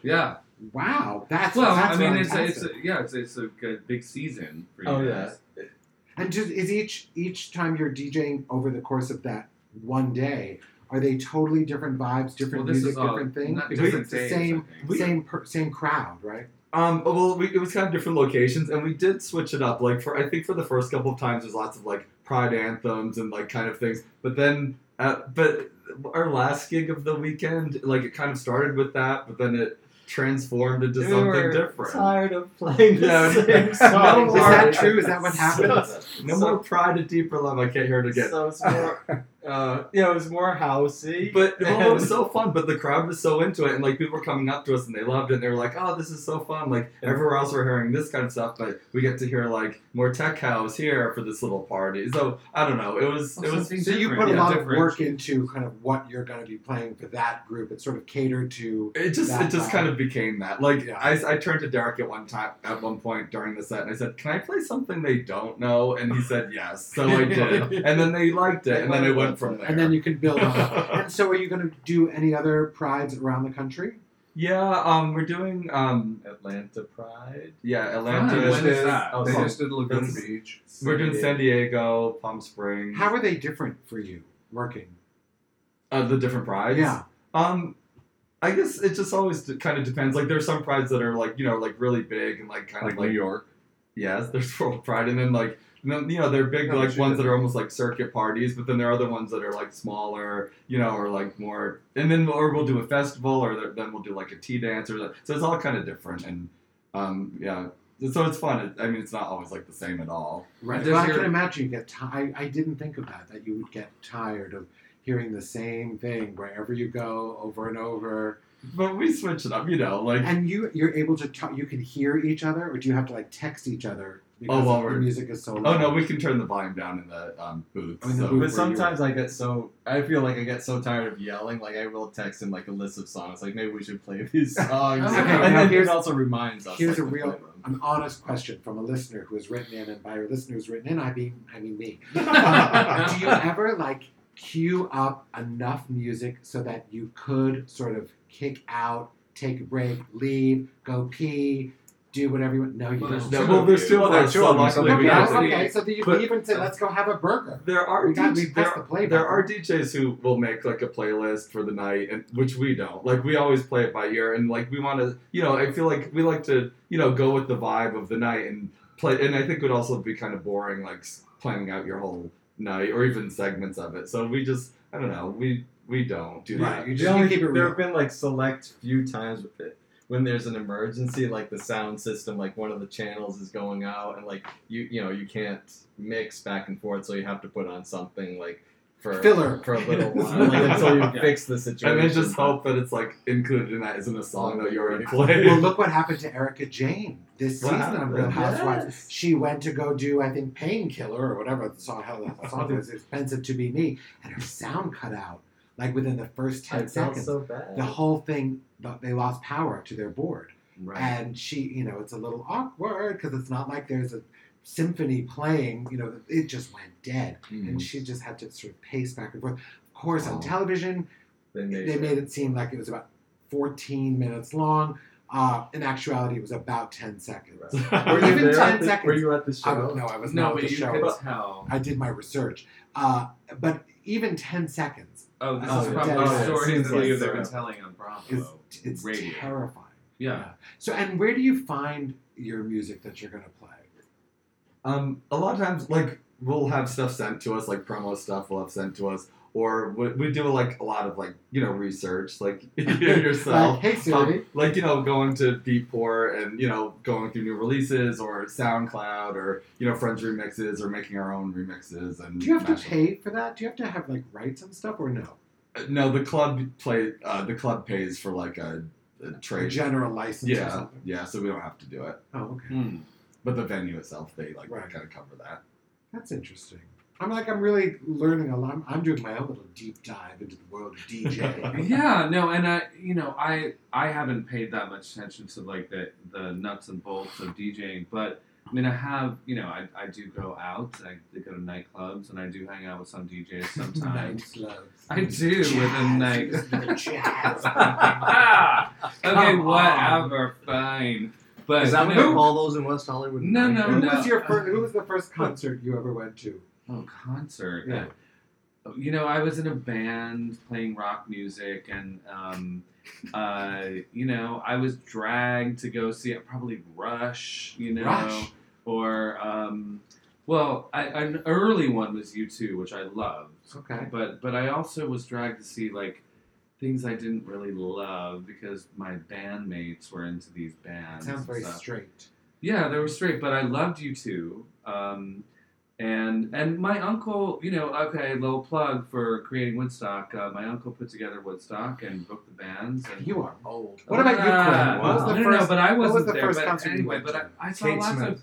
Speaker 2: Yeah.
Speaker 3: wow, that's
Speaker 2: Well,
Speaker 3: that's
Speaker 2: I mean, it's a,
Speaker 3: fantastic.
Speaker 2: it's a, yeah, it's, it's a good, big season for you
Speaker 5: Oh,
Speaker 2: guys.
Speaker 3: And just is each each time you're DJing over the course of that one day, are they totally different vibes, different
Speaker 2: well, this
Speaker 3: music,
Speaker 2: is all
Speaker 3: different things?
Speaker 2: Not
Speaker 3: Because
Speaker 2: different
Speaker 3: it's the
Speaker 2: days, I
Speaker 3: same
Speaker 2: think.
Speaker 5: We-
Speaker 3: same per, same crowd, right?
Speaker 5: Um, well, we, it was kind of different locations, and we did switch it up. Like for I think for the first couple of times, there's lots of like pride anthems and like kind of things. But then, uh, but our last gig of the weekend, like it kind of started with that, but then it transformed into
Speaker 4: We
Speaker 5: something
Speaker 4: were
Speaker 5: different.
Speaker 4: Tired of playing the
Speaker 5: Yeah.
Speaker 4: same
Speaker 5: No
Speaker 4: song.
Speaker 5: more-
Speaker 3: is that true? Is that what happened?
Speaker 5: So- no more pride at deeper love. I can't hear it again.
Speaker 4: So it's more, uh, yeah, it was more housey.
Speaker 5: But
Speaker 4: And-
Speaker 5: oh, it was so fun. But the crowd was so into it, and like people were coming up to us, and they loved it. And they were like, "Oh, this is so fun!" Like everywhere else, we're hearing this kind of stuff, but we get to hear like more tech house here for this little party. So I don't know. It was
Speaker 2: Well,
Speaker 5: it was
Speaker 2: something
Speaker 3: So you
Speaker 2: different,
Speaker 3: put a
Speaker 2: yeah,
Speaker 3: lot of
Speaker 2: different.
Speaker 3: work into kind of what you're going to be playing for that group. It's sort of catered to.
Speaker 5: it just
Speaker 3: that
Speaker 5: it just kind of became that. Like
Speaker 3: Yeah.
Speaker 5: I, I turned to Derek at one time at one point during the set, and I said, "Can I play something they don't know?" And he said, "Yes." So I did, and then they liked it, and then it went from there.
Speaker 3: And then you can build on it. And so, are you going to do any other prides around the country?
Speaker 5: yeah, um, we're doing um,
Speaker 4: Atlanta Pride.
Speaker 5: yeah,
Speaker 2: Fun.
Speaker 5: Atlanta.
Speaker 7: They
Speaker 2: When
Speaker 7: just
Speaker 2: is
Speaker 7: did-
Speaker 2: that?
Speaker 5: Oh,
Speaker 7: they
Speaker 5: sorry.
Speaker 7: just did Laguna
Speaker 5: That's-
Speaker 7: Beach.
Speaker 5: We're doing San Diego, Palm Springs.
Speaker 3: How are they different for you working?
Speaker 5: uh, the different prides?
Speaker 3: Yeah.
Speaker 5: Um, I guess it just always de- kind of depends. Like, there's some prides that are like you know like really big and like kind
Speaker 7: Like
Speaker 5: of like
Speaker 7: New York.
Speaker 5: yes, there's World Pride, and then like and then, you know they're big
Speaker 7: No, but
Speaker 5: like
Speaker 7: you
Speaker 5: ones
Speaker 7: did.
Speaker 5: that are almost like circuit parties, but then there are other ones that are like smaller, you know, or like more. And then or we'll do a festival, or th- then we'll do like a tea dance, or that. so it's all kind of different. And um, yeah, so it's fun. It, I mean, it's not always like the same at all.
Speaker 3: Right.
Speaker 2: Does
Speaker 3: Well, I
Speaker 2: your-
Speaker 3: can imagine you get tired. I didn't think of that, that you would get tired of hearing the same thing wherever you go over and over.
Speaker 5: But we switch it up, you know, like.
Speaker 3: And you, you're able to talk, you can hear each other, or do you have to like text each other because
Speaker 5: while
Speaker 3: the
Speaker 5: we're-
Speaker 3: music is so loud?
Speaker 5: Oh no, we can turn the volume down in the um, booth.
Speaker 3: Oh, in the
Speaker 5: so-
Speaker 3: booth.
Speaker 4: But sometimes I get so I feel like I get so tired of yelling. Like I will text him like a list of songs. Like maybe we should play these songs.
Speaker 2: Okay,
Speaker 3: now
Speaker 4: and then
Speaker 3: here's-
Speaker 4: it also reminds us.
Speaker 3: here's
Speaker 4: like,
Speaker 3: a
Speaker 4: to
Speaker 3: real-
Speaker 4: play them.
Speaker 3: An honest question from a listener who has written in, and by a listener who's written in, I mean, I mean me. do you ever like queue up enough music so that you could sort of kick out, take a break, leave, go pee, do whatever you want. No, you
Speaker 2: Well,
Speaker 3: don't.
Speaker 2: there's
Speaker 5: Two
Speaker 4: well,
Speaker 5: of you.
Speaker 4: there's two
Speaker 5: Well,
Speaker 4: other
Speaker 5: there's two of us,
Speaker 4: some
Speaker 5: so
Speaker 4: likely
Speaker 5: maybe
Speaker 3: Yeah,
Speaker 5: that's
Speaker 4: people.
Speaker 5: the-
Speaker 3: okay, so that you
Speaker 5: but-
Speaker 3: can even say, let's go have a burger.
Speaker 5: There are
Speaker 3: We got we
Speaker 5: DJs, there,
Speaker 3: passed the play
Speaker 5: there
Speaker 3: button.
Speaker 5: are DJs who will make like a playlist for the night, and which we don't. Like we always play it by ear, and like we want to, you know, I feel like we like to, you know, go with the vibe of the night and play. And I think it would also be kind of boring, like s- planning out your whole night or even segments of it. So we just, I don't know, we we don't do
Speaker 3: Right.
Speaker 5: that.
Speaker 3: You
Speaker 4: The
Speaker 3: just
Speaker 4: only-
Speaker 3: keep it
Speaker 4: There
Speaker 3: real.
Speaker 4: have been like select few times with it when there's an emergency, like the sound system, like one of the channels is going out, and like you, you know, you can't mix back and forth, so you have to put on something like for
Speaker 3: Filler.
Speaker 4: for a little while, like until you
Speaker 2: Yeah.
Speaker 4: fix the situation.
Speaker 5: And then just hope that it's like included in that isn't a song that you already played.
Speaker 3: well, look what happened to Erica Jane this
Speaker 5: What
Speaker 3: season on
Speaker 5: happened?
Speaker 3: Real Housewives. She went to go do, I think, Painkiller or whatever the song, how the song was, Expensive to Be Me, and her sound cut out, like within the first 10
Speaker 4: I felt
Speaker 3: seconds.
Speaker 4: so bad.
Speaker 3: the whole thing, th- they lost power to their board.
Speaker 2: Right.
Speaker 3: And she, you know, it's a little awkward because it's not like there's a symphony playing, you know, it just went dead.
Speaker 4: Mm-hmm.
Speaker 3: And she just had to sort of pace back and forth. Of course, on
Speaker 5: Oh.
Speaker 3: television,
Speaker 4: they made,
Speaker 3: they
Speaker 4: it.
Speaker 3: made it seem like it was about 14 minutes long. Uh, in actuality, it was about 10 seconds.
Speaker 4: Were you
Speaker 3: even
Speaker 4: there
Speaker 3: 10
Speaker 4: at the-
Speaker 3: seconds.
Speaker 4: Were you at the
Speaker 3: I
Speaker 4: show?
Speaker 3: don't know. I was
Speaker 2: no,
Speaker 3: not at
Speaker 2: but
Speaker 3: the
Speaker 2: you
Speaker 3: show.
Speaker 2: could tell.
Speaker 3: I did my research. Uh, but even 10 seconds
Speaker 2: Oh, this
Speaker 4: Oh,
Speaker 2: is
Speaker 4: yeah.
Speaker 2: probably
Speaker 3: Oh, yeah.
Speaker 2: the stories that
Speaker 4: Seems
Speaker 2: they've
Speaker 4: like
Speaker 2: been
Speaker 4: so.
Speaker 2: telling on
Speaker 3: is
Speaker 4: Oh,
Speaker 2: Bravo.
Speaker 3: it's
Speaker 2: Radio.
Speaker 3: terrifying.
Speaker 2: Yeah.
Speaker 3: So, and where do you find your music that you're going to play?
Speaker 5: Um, a lot of times, like we'll have stuff sent to us, like promo stuff will have sent to us, or we, we do like a lot of like you know research, like
Speaker 3: Like,
Speaker 5: yourself,
Speaker 3: hey, Siri.
Speaker 5: Um, like you know going to Beatport and you know going through new releases or SoundCloud or you know friends remixes or making our own remixes and.
Speaker 3: do you have to
Speaker 5: mashups.
Speaker 3: pay for that? Do you have to have like rights and stuff or no?
Speaker 5: No, the club play. Uh, the club pays for like a, a
Speaker 3: A
Speaker 5: trade.
Speaker 3: general license or
Speaker 5: yeah,
Speaker 3: something?
Speaker 5: yeah. So we don't have to do it,
Speaker 3: Oh, okay.
Speaker 2: Hmm.
Speaker 5: but the venue itself, they like
Speaker 3: Right.
Speaker 5: kind of cover that.
Speaker 3: That's interesting. I'm like, I'm really learning a lot. I'm, I'm doing my own little deep dive into the world of DJing.
Speaker 2: yeah no and i you know i i haven't paid that much attention to like the the nuts and bolts of djing but i mean i have you know i, I do go out i go to nightclubs and i do hang out with some djs sometimes
Speaker 3: Nightclubs.
Speaker 2: i do
Speaker 3: Jazz.
Speaker 2: with a night
Speaker 3: The jazz.
Speaker 2: Ah, okay
Speaker 3: Come on.
Speaker 2: whatever fine but
Speaker 4: Is that what
Speaker 2: no,
Speaker 4: they call those in West Hollywood?
Speaker 2: No, no,
Speaker 3: Who
Speaker 2: no.
Speaker 3: was your first, Who was the first concert you ever went to?
Speaker 2: Oh, concert.
Speaker 3: Yeah.
Speaker 2: You know, I was in a band playing rock music, and um, uh, you know, I was dragged to go see probably Rush. You know,
Speaker 3: Rush.
Speaker 2: or um, well, I, an early one was U two, which I loved,
Speaker 3: Okay.
Speaker 2: but but I also was dragged to see like things I didn't really love because my bandmates were into these bands.
Speaker 3: sounds
Speaker 2: and
Speaker 3: very
Speaker 2: stuff.
Speaker 3: straight.
Speaker 2: Yeah, they were straight, but I loved you two. Um, and and my uncle, you know, okay, little plug for creating Woodstock. Uh, my uncle put together Woodstock and booked the bands. And
Speaker 3: You are old. What about you, Quinn?
Speaker 2: Ah,
Speaker 3: What was the
Speaker 2: no, no,
Speaker 3: first?
Speaker 2: no, but I
Speaker 3: was
Speaker 2: wasn't
Speaker 3: the
Speaker 2: there.
Speaker 3: first
Speaker 2: but
Speaker 3: concert you
Speaker 2: anyway,
Speaker 3: went
Speaker 2: but
Speaker 3: to?
Speaker 2: I, I saw
Speaker 4: Kate
Speaker 2: lots
Speaker 4: Smith.
Speaker 2: of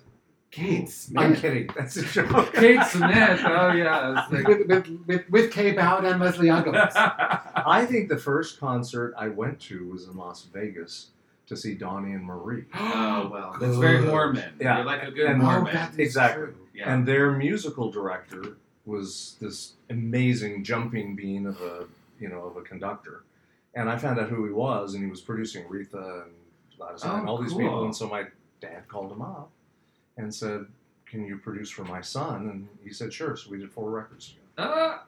Speaker 3: Kate
Speaker 4: I'm
Speaker 3: Smith.
Speaker 4: kidding. That's a joke.
Speaker 2: Kate Smith. Oh yeah, it's like-
Speaker 3: With, with, with, with Kay Bowd and Leslie Uggams.
Speaker 4: I think the first concert I went to was in Las Vegas to see Donnie and Marie.
Speaker 2: oh well, that's very
Speaker 3: Good.
Speaker 2: Mormon.
Speaker 4: Yeah,
Speaker 2: You're like a good
Speaker 4: and-
Speaker 3: oh,
Speaker 2: Mormon.
Speaker 3: that is
Speaker 4: Exactly.
Speaker 3: true.
Speaker 2: yeah.
Speaker 4: And their musical director was this amazing jumping bean of a you know of a conductor. And I found out who he was, and he was producing Aretha and Gladys Knight and
Speaker 2: Oh,
Speaker 4: all these
Speaker 2: cool.
Speaker 4: people. And so my dad called him up and said, "Can you produce for my son?" And he said, "Sure." So we did four records together.
Speaker 2: Uh,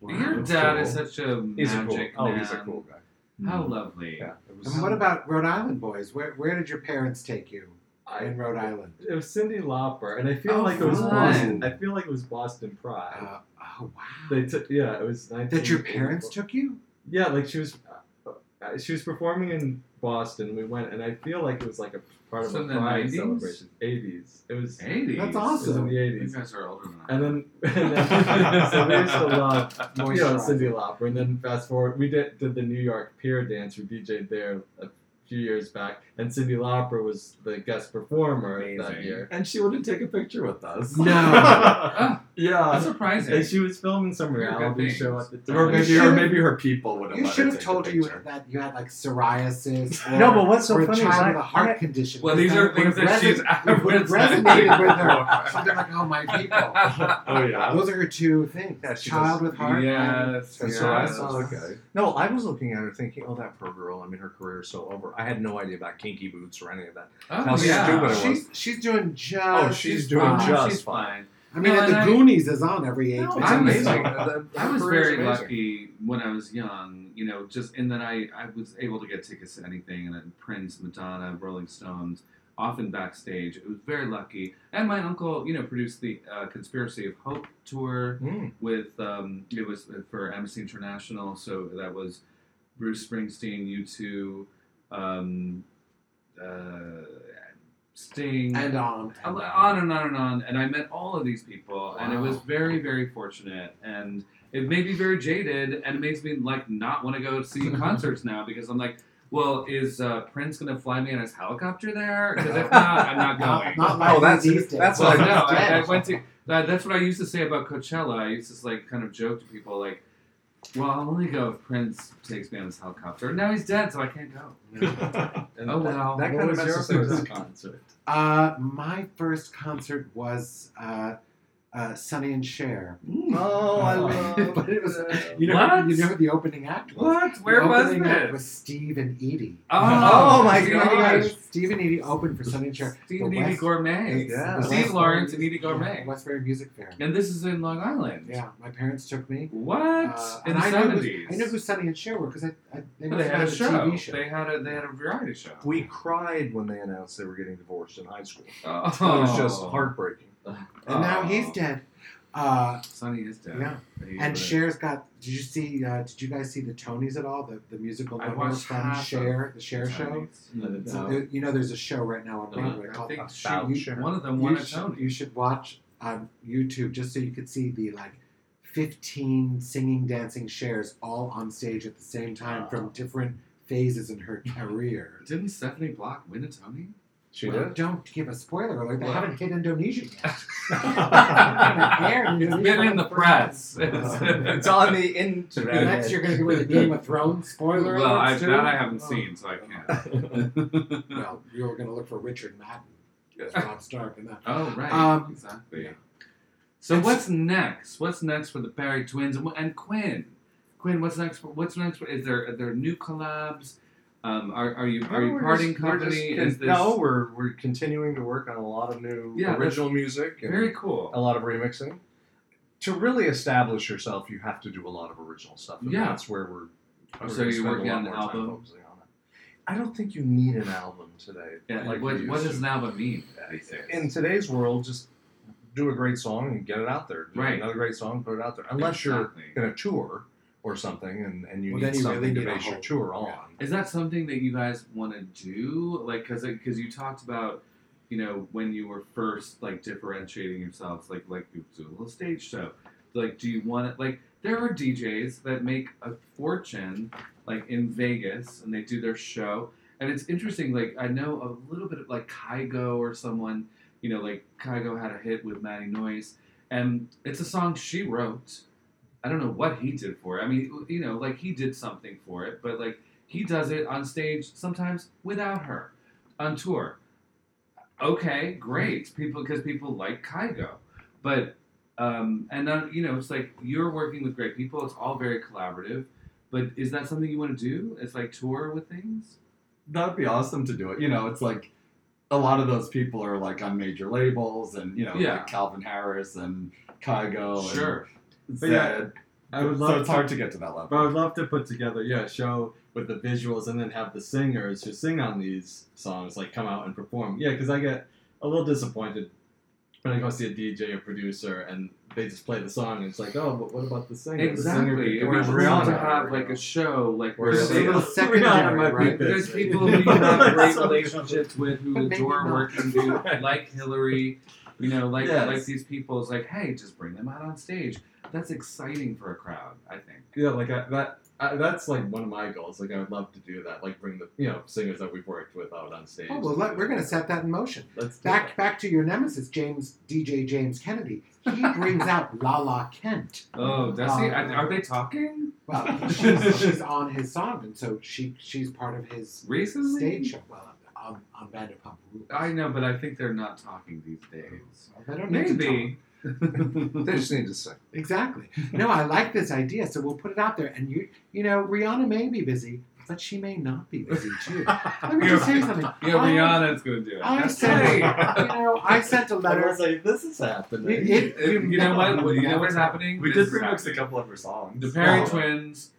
Speaker 2: your
Speaker 4: That's
Speaker 2: dad
Speaker 4: cool.
Speaker 2: is such a
Speaker 4: He's a cool.
Speaker 2: magic
Speaker 4: Oh,
Speaker 2: man.
Speaker 4: he's a cool guy.
Speaker 5: Mm.
Speaker 2: How lovely.
Speaker 4: Yeah. It was,
Speaker 3: And what about Rhode Island boys? Where, where did your parents take you in Rhode Island?
Speaker 4: It was Cindy Lauper, and I feel
Speaker 2: Oh,
Speaker 4: like it was
Speaker 2: fun.
Speaker 4: Boston. I feel like it was Boston Pride.
Speaker 3: Uh, oh wow!
Speaker 4: they took yeah, it was 19.
Speaker 3: that your parents took you?
Speaker 4: Yeah, like she was, uh, she was performing in Boston. We went, and I feel like it was like a part of
Speaker 2: So
Speaker 4: a
Speaker 2: in the
Speaker 4: Pride
Speaker 2: 90s?
Speaker 4: celebration. Eighties. It was. It
Speaker 2: Eighties.
Speaker 3: That's
Speaker 4: was in
Speaker 3: awesome.
Speaker 4: the
Speaker 2: You
Speaker 4: eighties.
Speaker 2: guys are older than I.
Speaker 4: And then, and then so we used to love you know,
Speaker 3: Moisturizer.
Speaker 4: Cindy Lauper. And then fast forward, we did, did the New York Pier dance. We DJ'd there a few years back, and Cindy Lauper was the guest performer that
Speaker 2: Amazing.
Speaker 4: year. Ah.
Speaker 5: And she wouldn't take a picture with us.
Speaker 3: No.
Speaker 2: Oh, that's
Speaker 4: Yeah,
Speaker 2: surprising.
Speaker 4: and she was filming some
Speaker 2: Very good
Speaker 4: reality show
Speaker 2: things.
Speaker 4: at the time.
Speaker 5: Or maybe, or maybe her people would have.
Speaker 3: You
Speaker 5: let her
Speaker 3: should have
Speaker 5: take
Speaker 3: told
Speaker 5: the
Speaker 3: you
Speaker 5: picture.
Speaker 3: that you had like psoriasis. Or,
Speaker 4: No, but what's so
Speaker 3: or
Speaker 4: funny
Speaker 3: a
Speaker 4: is
Speaker 3: child
Speaker 4: I-
Speaker 3: with a heart
Speaker 4: I-
Speaker 3: condition.
Speaker 2: well, these are
Speaker 3: That would
Speaker 2: things that
Speaker 3: have
Speaker 2: she's
Speaker 3: reson- would have resonated with her. Something like, "Oh my people."
Speaker 5: Oh yeah.
Speaker 3: Those are her two things:
Speaker 4: Yeah, she
Speaker 3: child with heart. and-
Speaker 2: Yes.
Speaker 4: And
Speaker 2: yes.
Speaker 4: so I
Speaker 5: Oh, okay.
Speaker 4: No, I was looking at her thinking, oh, that poor girl. I mean, her career's so over.
Speaker 7: I had no idea about kinky boots or any of that.
Speaker 2: Oh,
Speaker 7: How
Speaker 2: yeah.
Speaker 7: stupid it was.
Speaker 3: She's she's doing just.
Speaker 7: Oh, she's doing
Speaker 3: fine.
Speaker 7: just-
Speaker 2: she's
Speaker 7: fine.
Speaker 2: fine.
Speaker 3: I mean,
Speaker 2: No,
Speaker 3: and the
Speaker 2: and I-
Speaker 3: Goonies is on every eight.
Speaker 7: It's
Speaker 3: days.
Speaker 2: I'm-
Speaker 7: amazing.
Speaker 2: I was
Speaker 7: Her career is
Speaker 2: very
Speaker 7: amazing.
Speaker 2: lucky when I was young, you know, just in that I, I was able to get tickets to anything, and then Prince, Madonna, Rolling Stones, often backstage. It was very lucky. And my uncle, you know, produced the uh, Conspiracy of Hope tour
Speaker 7: Mm.
Speaker 2: with, um, it was for Amnesty International, so that was Bruce Springsteen, U2, um, uh, Sting
Speaker 3: and on. and
Speaker 2: on and on and on and i met all of these people and it was very very fortunate and it made me very jaded and it makes me like not want to go see concerts now because i'm like well is uh, prince going to fly me on his helicopter there because if not i'm not going
Speaker 3: Not, not
Speaker 7: Oh,
Speaker 3: like
Speaker 7: that's-
Speaker 3: these days.
Speaker 7: that's
Speaker 2: well,
Speaker 7: what
Speaker 2: no,
Speaker 3: That's
Speaker 2: I, I
Speaker 3: dead.
Speaker 2: went to. That, that's what I used to say about Coachella. I used to like kind of joke to people like, "Well, I'll only go if Prince takes me on his helicopter." Now he's dead, so I can't go.
Speaker 4: And
Speaker 2: Oh well.
Speaker 7: that
Speaker 4: What
Speaker 7: kind of
Speaker 4: was your
Speaker 7: messes things
Speaker 4: first
Speaker 7: up.
Speaker 4: concert?
Speaker 3: Uh, my first concert was uh, uh, Sonny and Cher.
Speaker 7: Oh, I love
Speaker 3: but it was
Speaker 7: that.
Speaker 3: you know
Speaker 2: hmm. What?
Speaker 3: you know who the opening act was.
Speaker 2: what? Where
Speaker 3: the
Speaker 2: was
Speaker 3: opening act
Speaker 2: this?
Speaker 3: was Steve and Edie.
Speaker 2: oh,
Speaker 7: Oh, my
Speaker 2: Steve
Speaker 7: gosh.
Speaker 2: Lawrence.
Speaker 3: Steve and Edie opened for Sonny and Cher.
Speaker 2: Steve
Speaker 3: The
Speaker 2: and Edie
Speaker 3: West-
Speaker 2: Gourmet.
Speaker 7: Yeah.
Speaker 2: Steve Lawrence and Edie Gourmet.
Speaker 3: Yeah, Westbury Music Fair.
Speaker 2: And this is in Long Island.
Speaker 3: Yeah, my parents took me.
Speaker 2: What?
Speaker 3: Uh,
Speaker 2: in
Speaker 3: and
Speaker 2: the
Speaker 3: I know, who,
Speaker 2: seventies.
Speaker 3: I know who Sonny and Cher were because I, I they, must
Speaker 2: they
Speaker 3: have
Speaker 2: had a show.
Speaker 3: TV show.
Speaker 2: They had a they had a variety show.
Speaker 7: We cried when they announced they were getting divorced in high school.
Speaker 2: oh.
Speaker 7: It was just heartbreaking.
Speaker 3: and now he's dead. Uh,
Speaker 2: Sonny is dead.
Speaker 3: Yeah.
Speaker 2: He
Speaker 3: and
Speaker 2: was-
Speaker 3: Cher's got. Did you see? Uh, did you guys see the Tonys at all? The the musical
Speaker 2: I
Speaker 3: numbers
Speaker 2: watched
Speaker 3: from
Speaker 2: half of
Speaker 3: Cher, the Cher
Speaker 2: Sonny.
Speaker 3: show.
Speaker 4: No.
Speaker 3: So there- you know, there's a show right now on
Speaker 2: Uh,
Speaker 3: Broadway
Speaker 2: I
Speaker 3: called
Speaker 2: think she,
Speaker 7: About
Speaker 2: you-
Speaker 7: Cher.
Speaker 2: one of them won
Speaker 3: you
Speaker 2: a
Speaker 3: should,
Speaker 2: Tony.
Speaker 3: you should watch on YouTube just so you could see the like 15 singing, dancing shares all on stage at the same time from different phases in her career.
Speaker 2: Didn't Stephanie Block win a Tony?
Speaker 7: She
Speaker 3: Well,
Speaker 7: did.
Speaker 3: Don't give a spoiler alert. They
Speaker 2: Well.
Speaker 3: haven't hit Indonesia yet.
Speaker 2: it's been in the press.
Speaker 7: It's on the internet.
Speaker 3: Uh-huh. Next, you're going to do with a Game of Thrones spoiler
Speaker 2: well,
Speaker 3: alerts,
Speaker 2: I,
Speaker 3: too?
Speaker 2: that I haven't
Speaker 3: Oh.
Speaker 2: seen, so I can't.
Speaker 3: Well, you're going to look for Richard Madden. as Rob Stark and that.
Speaker 2: Oh, right.
Speaker 3: Um,
Speaker 2: exactly.
Speaker 3: yeah.
Speaker 2: So
Speaker 3: It's-
Speaker 2: what's next? What's next for the Barry twins and, and Quinn? Quinn, what's next? For, what's next? For, is there are there new collabs? Um, are, are you are you
Speaker 7: We're
Speaker 2: parting
Speaker 7: just- we're just
Speaker 2: company?
Speaker 7: con-
Speaker 2: Is this
Speaker 7: no, we're we're continuing to work on a lot of new
Speaker 2: Yeah, that's
Speaker 7: original music and
Speaker 2: very cool?
Speaker 7: a lot of remixing. To really establish yourself, you have to do a lot of original stuff. and
Speaker 2: Yeah. Oh,
Speaker 7: that's where we're. we're
Speaker 2: so
Speaker 7: gonna
Speaker 2: you're
Speaker 7: spend a
Speaker 2: working
Speaker 7: lot
Speaker 2: on an
Speaker 7: more time
Speaker 2: album?
Speaker 7: focusing on it. I don't think you need an album today.
Speaker 2: Yeah,
Speaker 7: like
Speaker 2: what,
Speaker 7: we
Speaker 2: what
Speaker 7: used
Speaker 2: does
Speaker 7: to.
Speaker 2: an album mean these days?
Speaker 7: in today's world, just do a great song and get it out there. Do
Speaker 2: Right.
Speaker 7: Another great song, put it out there. Unless you're
Speaker 2: Exactly.
Speaker 7: going to tour or something and, and you
Speaker 3: Well, then
Speaker 7: need
Speaker 3: you
Speaker 7: something
Speaker 3: really
Speaker 7: to
Speaker 3: need a
Speaker 7: base your
Speaker 3: whole-
Speaker 7: tour on.
Speaker 3: yeah.
Speaker 2: Is that something that you guys want to do? Like, cause, 'cause you talked about, you know, when you were first like differentiating yourselves, like like you do a little stage show. Like, do you want to like? There are DJs that make a fortune, like in Vegas, and they do their show. And it's interesting. Like, I know a little bit of like Kygo or someone. You know, like Kygo had a hit with Maddie Noise, and it's a song she wrote. I don't know what he did for it. I mean, you know, like he did something for it, but like he does it on stage sometimes without her on tour. Okay, great. People because people like Kygo, but um, and then you know it's like you're working with great people. It's all very collaborative. But is that something you want to do? It's like tour with things.
Speaker 5: That'd be awesome to do it. You know, it's like a lot of those people are like on major labels, and you know,
Speaker 2: Yeah.
Speaker 5: like Calvin Harris and
Speaker 4: Oh,
Speaker 5: Kygo.
Speaker 2: sure.
Speaker 5: And
Speaker 4: But yeah,
Speaker 5: Zedd.
Speaker 4: I would
Speaker 5: so
Speaker 4: love
Speaker 5: it's
Speaker 4: to,
Speaker 5: hard to get to that
Speaker 4: But I
Speaker 5: level.
Speaker 4: would love to put together, yeah, a show with the visuals and then have the singers who sing on these songs like come out and perform. Yeah, because I get a little disappointed when I go see a DJ or producer and they just play the song and it's like, oh, but what about the singer? The singer
Speaker 2: Exactly. It
Speaker 4: could-
Speaker 2: would
Speaker 4: or
Speaker 2: be
Speaker 4: Rihanna.
Speaker 2: cool to have like a show like
Speaker 4: Or
Speaker 2: where
Speaker 3: There's a
Speaker 2: they-
Speaker 3: little
Speaker 4: Rihanna
Speaker 3: secondary,
Speaker 4: might be
Speaker 3: right?
Speaker 4: pissed.
Speaker 2: There's people who you have great
Speaker 4: So-
Speaker 2: relationships with who
Speaker 3: But maybe
Speaker 2: adore
Speaker 3: not.
Speaker 2: working you, like Hillary, you know, like
Speaker 5: Yes.
Speaker 2: like these people. It's like, hey, just bring them out on stage. That's exciting for a crowd, I think.
Speaker 4: yeah, like I, that. I, that's like one of my goals. Like I would love to do that. Like bring the you know singers that we've worked with out on stage.
Speaker 3: Oh, well, let, we're going to set that in motion.
Speaker 4: Let's do
Speaker 3: Back back to your nemesis, James DJ James Kennedy. He brings out Lala Kent.
Speaker 2: Oh, does he?
Speaker 3: Uh,
Speaker 2: I- Are they talking
Speaker 3: Well, she's, she's on his song, and so she she's part of his
Speaker 2: recently?
Speaker 3: stage show. Well, on, on Vanderpump Rules.
Speaker 2: I know, but I think they're not talking these days.
Speaker 3: They don't need to
Speaker 2: Maybe.
Speaker 7: They just need to sing.
Speaker 3: talk. Exactly. No, I like this idea, so we'll put it out there. And you you know, Rihanna may be busy, but she may not be busy too. Let me just say something.
Speaker 2: Yeah,
Speaker 3: I-
Speaker 2: Rihanna's gonna do it.
Speaker 3: I
Speaker 2: That's
Speaker 3: said,
Speaker 2: right.
Speaker 3: you know, I sent a letter.
Speaker 5: Everyone's like, this is happening.
Speaker 3: It- it-
Speaker 2: Uh, you know what? what- You know what's happening?
Speaker 5: We
Speaker 2: This
Speaker 5: did
Speaker 2: is happening.
Speaker 5: remix a couple of her songs.
Speaker 2: The Perry
Speaker 4: Oh.
Speaker 3: Wow.
Speaker 2: Twins,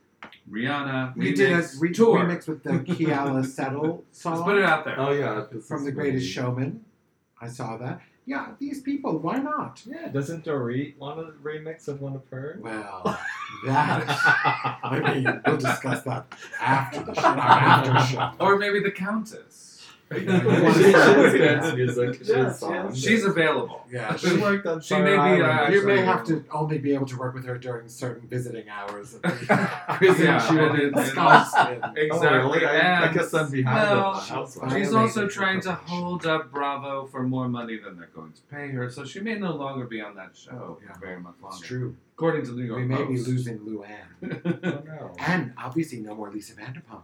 Speaker 2: Rihanna.
Speaker 3: We
Speaker 2: remix,
Speaker 3: did a re-
Speaker 2: tour.
Speaker 3: remix with the Kiala Settle song.
Speaker 2: Let's put it out there.
Speaker 5: Oh yeah, this
Speaker 3: from
Speaker 5: is
Speaker 3: The Greatest
Speaker 5: great.
Speaker 3: Showman. I saw that. Yeah, these people, why not?
Speaker 5: Yeah, doesn't Dorit want a remix of one of her?
Speaker 3: Well, that. Maybe we'll discuss that after the show. not After the show.
Speaker 2: Or maybe the Countess.
Speaker 5: she, she
Speaker 3: Yeah.
Speaker 5: has dance music. She
Speaker 3: Yeah,
Speaker 5: has songs.
Speaker 2: She's available.
Speaker 3: Yeah.
Speaker 5: she worked on
Speaker 2: she
Speaker 5: Fire
Speaker 2: may be,
Speaker 5: Island,
Speaker 2: uh,
Speaker 3: You may
Speaker 5: actually.
Speaker 3: have to only be able to work with her during certain visiting hours. Of
Speaker 2: Yeah,
Speaker 3: she will
Speaker 2: and
Speaker 3: be
Speaker 2: it-
Speaker 3: ensconced in.
Speaker 2: Exactly.
Speaker 5: Oh, really? I, I
Speaker 2: and
Speaker 5: guess I'm behind
Speaker 2: well,
Speaker 5: the housewife.
Speaker 2: She's
Speaker 3: Violated
Speaker 2: also
Speaker 3: her
Speaker 2: trying to
Speaker 3: probation.
Speaker 2: hold up Bravo for more money than they're going to pay her, so she may no longer be on that show
Speaker 3: Oh, Yeah.
Speaker 2: very much
Speaker 3: It's
Speaker 2: longer.
Speaker 3: true.
Speaker 2: According to the New York
Speaker 3: We may be
Speaker 2: Post.
Speaker 3: losing Luann. And obviously, no more Lisa Vanderpump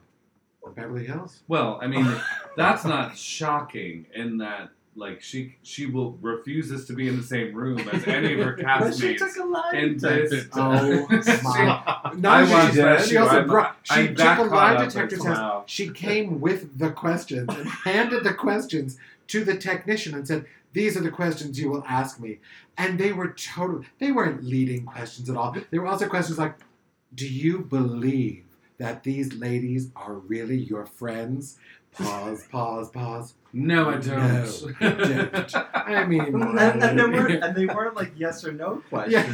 Speaker 3: or Beverly Hills.
Speaker 2: Well, I mean, that's not shocking in that like she she will refuses to be in the same room as any of her
Speaker 5: But she
Speaker 2: castmates.
Speaker 5: took a line.
Speaker 2: in this,
Speaker 3: Oh my!
Speaker 2: I
Speaker 3: Not
Speaker 2: watched
Speaker 3: only she
Speaker 2: that
Speaker 3: did, she
Speaker 2: show.
Speaker 3: also
Speaker 2: I'm-
Speaker 3: brought. She
Speaker 2: I'm
Speaker 3: took
Speaker 2: that
Speaker 3: a
Speaker 2: caught
Speaker 3: lie
Speaker 2: up
Speaker 3: detector
Speaker 2: as
Speaker 3: test.
Speaker 2: well.
Speaker 3: She came with the questions and handed the questions to the technician and said, "These are the questions you will ask me." And they were total. They weren't leading questions at all. They were also questions like, "Do you believe that these ladies are really your friends?" Pause. Pause. Pause.
Speaker 2: No, I don't.
Speaker 3: No, I don't. I mean,
Speaker 5: And, and, there were, and they were like yes or no questions.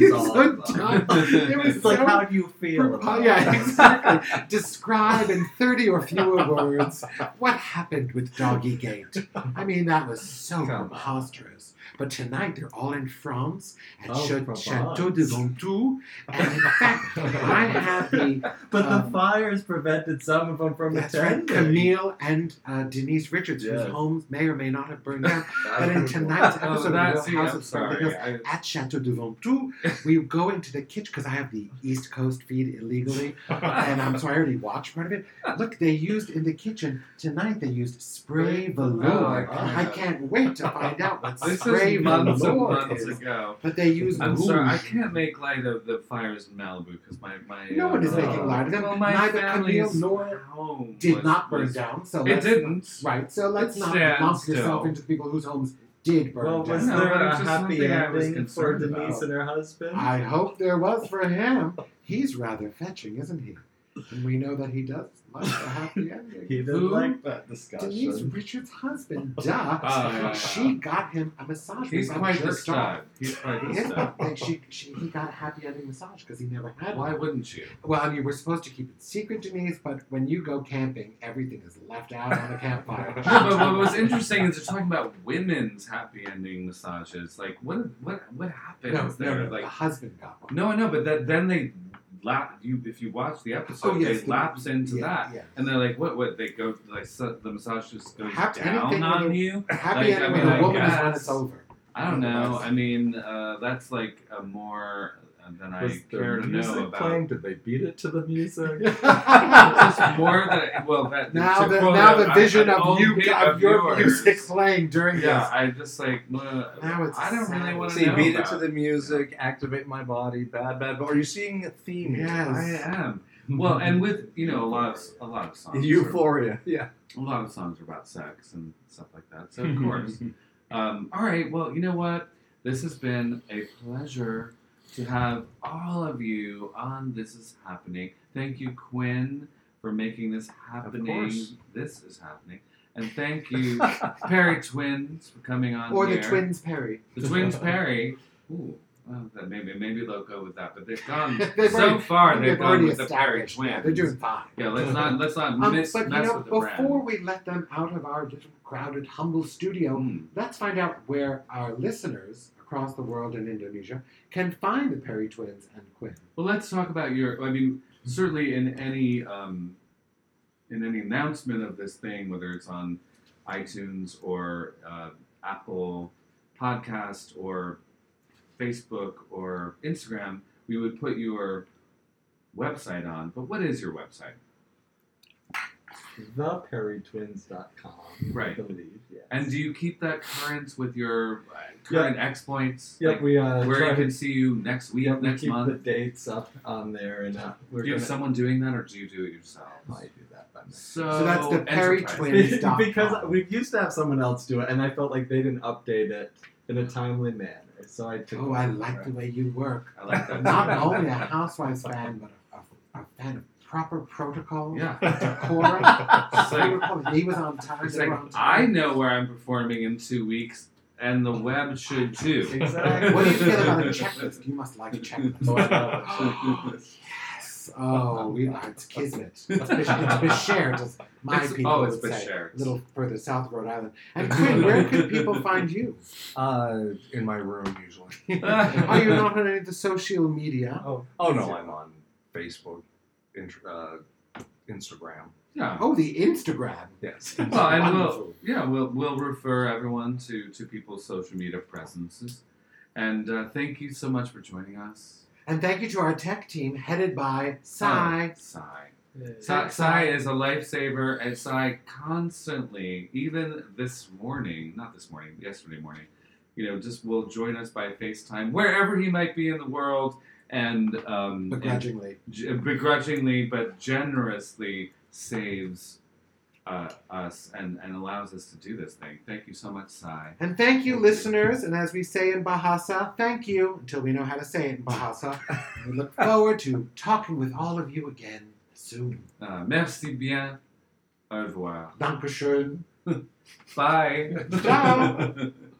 Speaker 3: yeah, it's
Speaker 5: all
Speaker 3: so
Speaker 5: of them.
Speaker 3: dumb. It was
Speaker 5: It's like,
Speaker 3: so
Speaker 5: how do you feel? About
Speaker 3: yeah,
Speaker 5: it?
Speaker 3: exactly. Describe in 30 or fewer words what happened with Doggy Gate. I mean, that was so
Speaker 5: Come on.
Speaker 3: preposterous. But tonight they're all in France at
Speaker 5: Oh,
Speaker 3: Cha-
Speaker 5: Provence.
Speaker 3: Chateau de Ventoux. And in fact, I have the
Speaker 5: But the
Speaker 3: Um,
Speaker 5: fires prevented some of them from
Speaker 3: that's right,
Speaker 5: attending.
Speaker 3: Camille and uh, Denise Richards,
Speaker 5: Yes.
Speaker 3: whose homes may or may not have burned down.
Speaker 5: I
Speaker 3: But in
Speaker 5: think-
Speaker 3: tonight's
Speaker 2: Oh,
Speaker 3: episode of
Speaker 2: that's
Speaker 3: Real House
Speaker 2: I'm
Speaker 3: of Beverly Hills,
Speaker 2: sorry. I,
Speaker 3: at Chateau de Ventoux, we go into the kitchen because I have the East Coast feed illegally, and I'm so I already watched part of it. Look, they used in the kitchen tonight. They used spray velour.
Speaker 2: Oh, I-
Speaker 3: I can't wait to find out what
Speaker 2: this
Speaker 3: spray
Speaker 2: is months and
Speaker 3: velour
Speaker 2: months
Speaker 3: is.
Speaker 2: ago.
Speaker 3: But they used
Speaker 2: I'm
Speaker 3: rouge.
Speaker 2: sorry, I can't make light of the fires in Malibu because my, my
Speaker 3: No
Speaker 2: uh,
Speaker 3: one is
Speaker 5: Oh.
Speaker 3: making light of them.
Speaker 2: Well, my
Speaker 3: Neither Camille
Speaker 2: family's
Speaker 3: nor
Speaker 2: home
Speaker 3: did
Speaker 2: was-
Speaker 3: not burn
Speaker 2: was-
Speaker 3: down. So
Speaker 2: It
Speaker 3: let's,
Speaker 2: didn't.
Speaker 3: Right. So let's
Speaker 2: It
Speaker 3: not
Speaker 2: stands
Speaker 3: lump yourself
Speaker 2: still.
Speaker 3: into the people whose homes did burn
Speaker 5: Well,
Speaker 3: down.
Speaker 5: was
Speaker 2: No,
Speaker 5: there
Speaker 2: but
Speaker 5: a
Speaker 2: it's just
Speaker 5: happy
Speaker 2: something I was
Speaker 5: ending for
Speaker 2: concerned
Speaker 5: Denise
Speaker 2: about.
Speaker 5: and her husband?
Speaker 3: I hope there was for him. He's rather fetching, isn't he? And we know that he does like a happy ending.
Speaker 5: he didn't
Speaker 2: Who?
Speaker 5: like that
Speaker 3: Denise
Speaker 5: discussion.
Speaker 3: Richards' husband, duh.
Speaker 2: Uh,
Speaker 3: she got him a massage.
Speaker 2: He's
Speaker 3: from
Speaker 2: quite
Speaker 3: Jerk
Speaker 2: the stud. He's quite
Speaker 3: Dog.
Speaker 2: the
Speaker 3: He is,
Speaker 2: stud.
Speaker 3: but she, she, he got a happy ending massage because he never had
Speaker 2: Why
Speaker 3: one.
Speaker 2: wouldn't you?
Speaker 3: Well, I mean, we're supposed to keep it secret, Denise, but when you go camping, everything is left out on the campfire.
Speaker 2: No, but what was interesting is they're talking about women's happy ending massages. Like, what what what happens
Speaker 3: no, no,
Speaker 2: there?
Speaker 3: no,
Speaker 2: like,
Speaker 3: the husband got one.
Speaker 2: no, I know, but that, then they lap you. If you watch the episode,
Speaker 3: Oh, yes,
Speaker 2: they
Speaker 3: the-
Speaker 2: lapse into
Speaker 3: yeah,
Speaker 2: that,
Speaker 3: yeah.
Speaker 2: and they're like, what? What? They go like so, the massage just goes
Speaker 3: Happy-
Speaker 2: down
Speaker 3: anything with
Speaker 2: on
Speaker 3: a-
Speaker 2: you.
Speaker 3: Happy
Speaker 2: Like, I
Speaker 3: ending
Speaker 2: mean,
Speaker 3: with
Speaker 2: I
Speaker 3: a woman is when
Speaker 2: guess-
Speaker 3: it's over.
Speaker 2: I don't know.
Speaker 3: Otherwise-
Speaker 2: I mean, uh, that's like a more uh, than I
Speaker 5: was
Speaker 2: care
Speaker 5: there
Speaker 2: to
Speaker 5: music
Speaker 2: know about.
Speaker 5: playing? Did they beat it to the music?
Speaker 2: It's just more that well that
Speaker 3: Now
Speaker 2: to
Speaker 3: the
Speaker 2: quote
Speaker 3: now
Speaker 2: a-
Speaker 3: the
Speaker 2: an
Speaker 3: vision of
Speaker 2: old
Speaker 3: you
Speaker 2: hit
Speaker 3: of your
Speaker 2: yours.
Speaker 3: music playing during
Speaker 2: Yeah, I just like uh,
Speaker 3: Now it's
Speaker 2: I don't really
Speaker 3: sad.
Speaker 2: want to
Speaker 5: See,
Speaker 2: know
Speaker 5: beat it
Speaker 2: about
Speaker 5: to
Speaker 2: it.
Speaker 5: the
Speaker 7: music, activate my body, bad, bad. But are you seeing a theme?
Speaker 3: this.
Speaker 7: here?
Speaker 3: Yes.
Speaker 2: I am. Well, and with you know a lot of a lot of songs. are,
Speaker 7: Euphoria. Yeah.
Speaker 2: a lot of songs are about sex and stuff like that. So of course. um, all right. Well, you know what? This has been a pleasure to have all of you on This Is Happening. Thank you, Quinn, for making this happening.
Speaker 7: course.
Speaker 2: This is happening. And thank you, Perry Twins, for coming on
Speaker 3: Or
Speaker 2: here.
Speaker 3: the twins Perry.
Speaker 2: The twins Perry. Ooh, well, that maybe maybe they'll go with that, but they've gone
Speaker 3: They've
Speaker 2: Hmm. so
Speaker 3: already-
Speaker 2: far. They've,
Speaker 3: They've
Speaker 2: gone
Speaker 3: already
Speaker 2: with the Perry
Speaker 3: established.
Speaker 2: twins.
Speaker 3: yeah, they're doing fine.
Speaker 2: Yeah, let's not let's not
Speaker 3: Um,
Speaker 2: miss
Speaker 3: but you
Speaker 2: mess
Speaker 3: know,
Speaker 2: with the
Speaker 3: before
Speaker 2: brand.
Speaker 3: we let them out of our little crowded, humble studio,
Speaker 2: Mm.
Speaker 3: let's find out where our listeners across the world and Indonesia can find the Perry twins and Quinn.
Speaker 2: Well, let's talk about your. I mean, certainly in any um, in any announcement of this thing, whether it's on iTunes or uh, Apple Podcast or Facebook or Instagram, we would put your website on. But what is your website?
Speaker 5: ThePerryTwins.com. I
Speaker 2: Right.
Speaker 5: believe. Yes.
Speaker 2: And do you keep that current with your uh, current exploits?
Speaker 5: Yep,
Speaker 2: Like,
Speaker 5: we uh,
Speaker 2: where
Speaker 5: try
Speaker 2: I
Speaker 5: to
Speaker 2: can see you next week,
Speaker 5: Yep, we
Speaker 2: next
Speaker 5: keep the
Speaker 2: month.
Speaker 5: dates up on there, and uh, we're
Speaker 2: Do you have
Speaker 5: gonna.
Speaker 2: someone doing that, or do you do it yourself?
Speaker 5: I might do that by
Speaker 7: time.
Speaker 2: So,
Speaker 3: So that's the Perry
Speaker 2: Oh, Enterprise.
Speaker 3: twins. Stop.
Speaker 4: because we used to have someone else do it, and I felt like they didn't update it in a timely manner. So I took.
Speaker 3: Oh, I like the way you work.
Speaker 5: I like that.
Speaker 3: Not only a housewives fan, but a, a, a fan of proper protocol,
Speaker 2: Yeah.
Speaker 3: decorum.
Speaker 2: It's like-
Speaker 3: he was on time.
Speaker 2: It's
Speaker 3: they
Speaker 2: like,
Speaker 3: were on
Speaker 2: I
Speaker 3: time.
Speaker 2: know where I'm performing in two weeks, and the web should too.
Speaker 4: Exactly.
Speaker 3: What do you feel about a checklist? You must like checklists. yes. Oh, we are. It's kismet. It's Bashir. It's Bashir, just my
Speaker 2: It's-
Speaker 3: people
Speaker 2: oh, it's
Speaker 3: would say.
Speaker 2: Bashir.
Speaker 3: A little further south of Rhode Island. And Quinn, where can people find you?
Speaker 7: Uh, in my room usually.
Speaker 3: Are Oh, you not on any of the social media?
Speaker 7: Oh, oh no, I'm on Facebook, int- uh, Instagram.
Speaker 2: yeah.
Speaker 3: Oh, the Instagram.
Speaker 7: Yes.
Speaker 2: Well, and we'll
Speaker 3: Wonderful.
Speaker 2: yeah, we'll we'll refer everyone to to people's social media presences, and uh, thank you so much for joining us.
Speaker 3: And thank you to our tech team headed by Sai.
Speaker 2: Sigh. Sai Sai is a lifesaver, and Sai constantly, even this morning, not this morning, yesterday morning, you know, just will join us by FaceTime wherever he might be in the world, and um, and
Speaker 3: Begrudgingly.
Speaker 2: g- begrudgingly but generously saves uh, us and, and allows us to do this thing. Thank you so much, Sai.
Speaker 3: And thank you, listeners. And as we say in Bahasa, thank you until we know how to say it in Bahasa. we look forward to talking with all of you again soon.
Speaker 2: Uh, merci bien. Au revoir.
Speaker 3: Dankeschön.
Speaker 2: Bye.
Speaker 3: Ciao.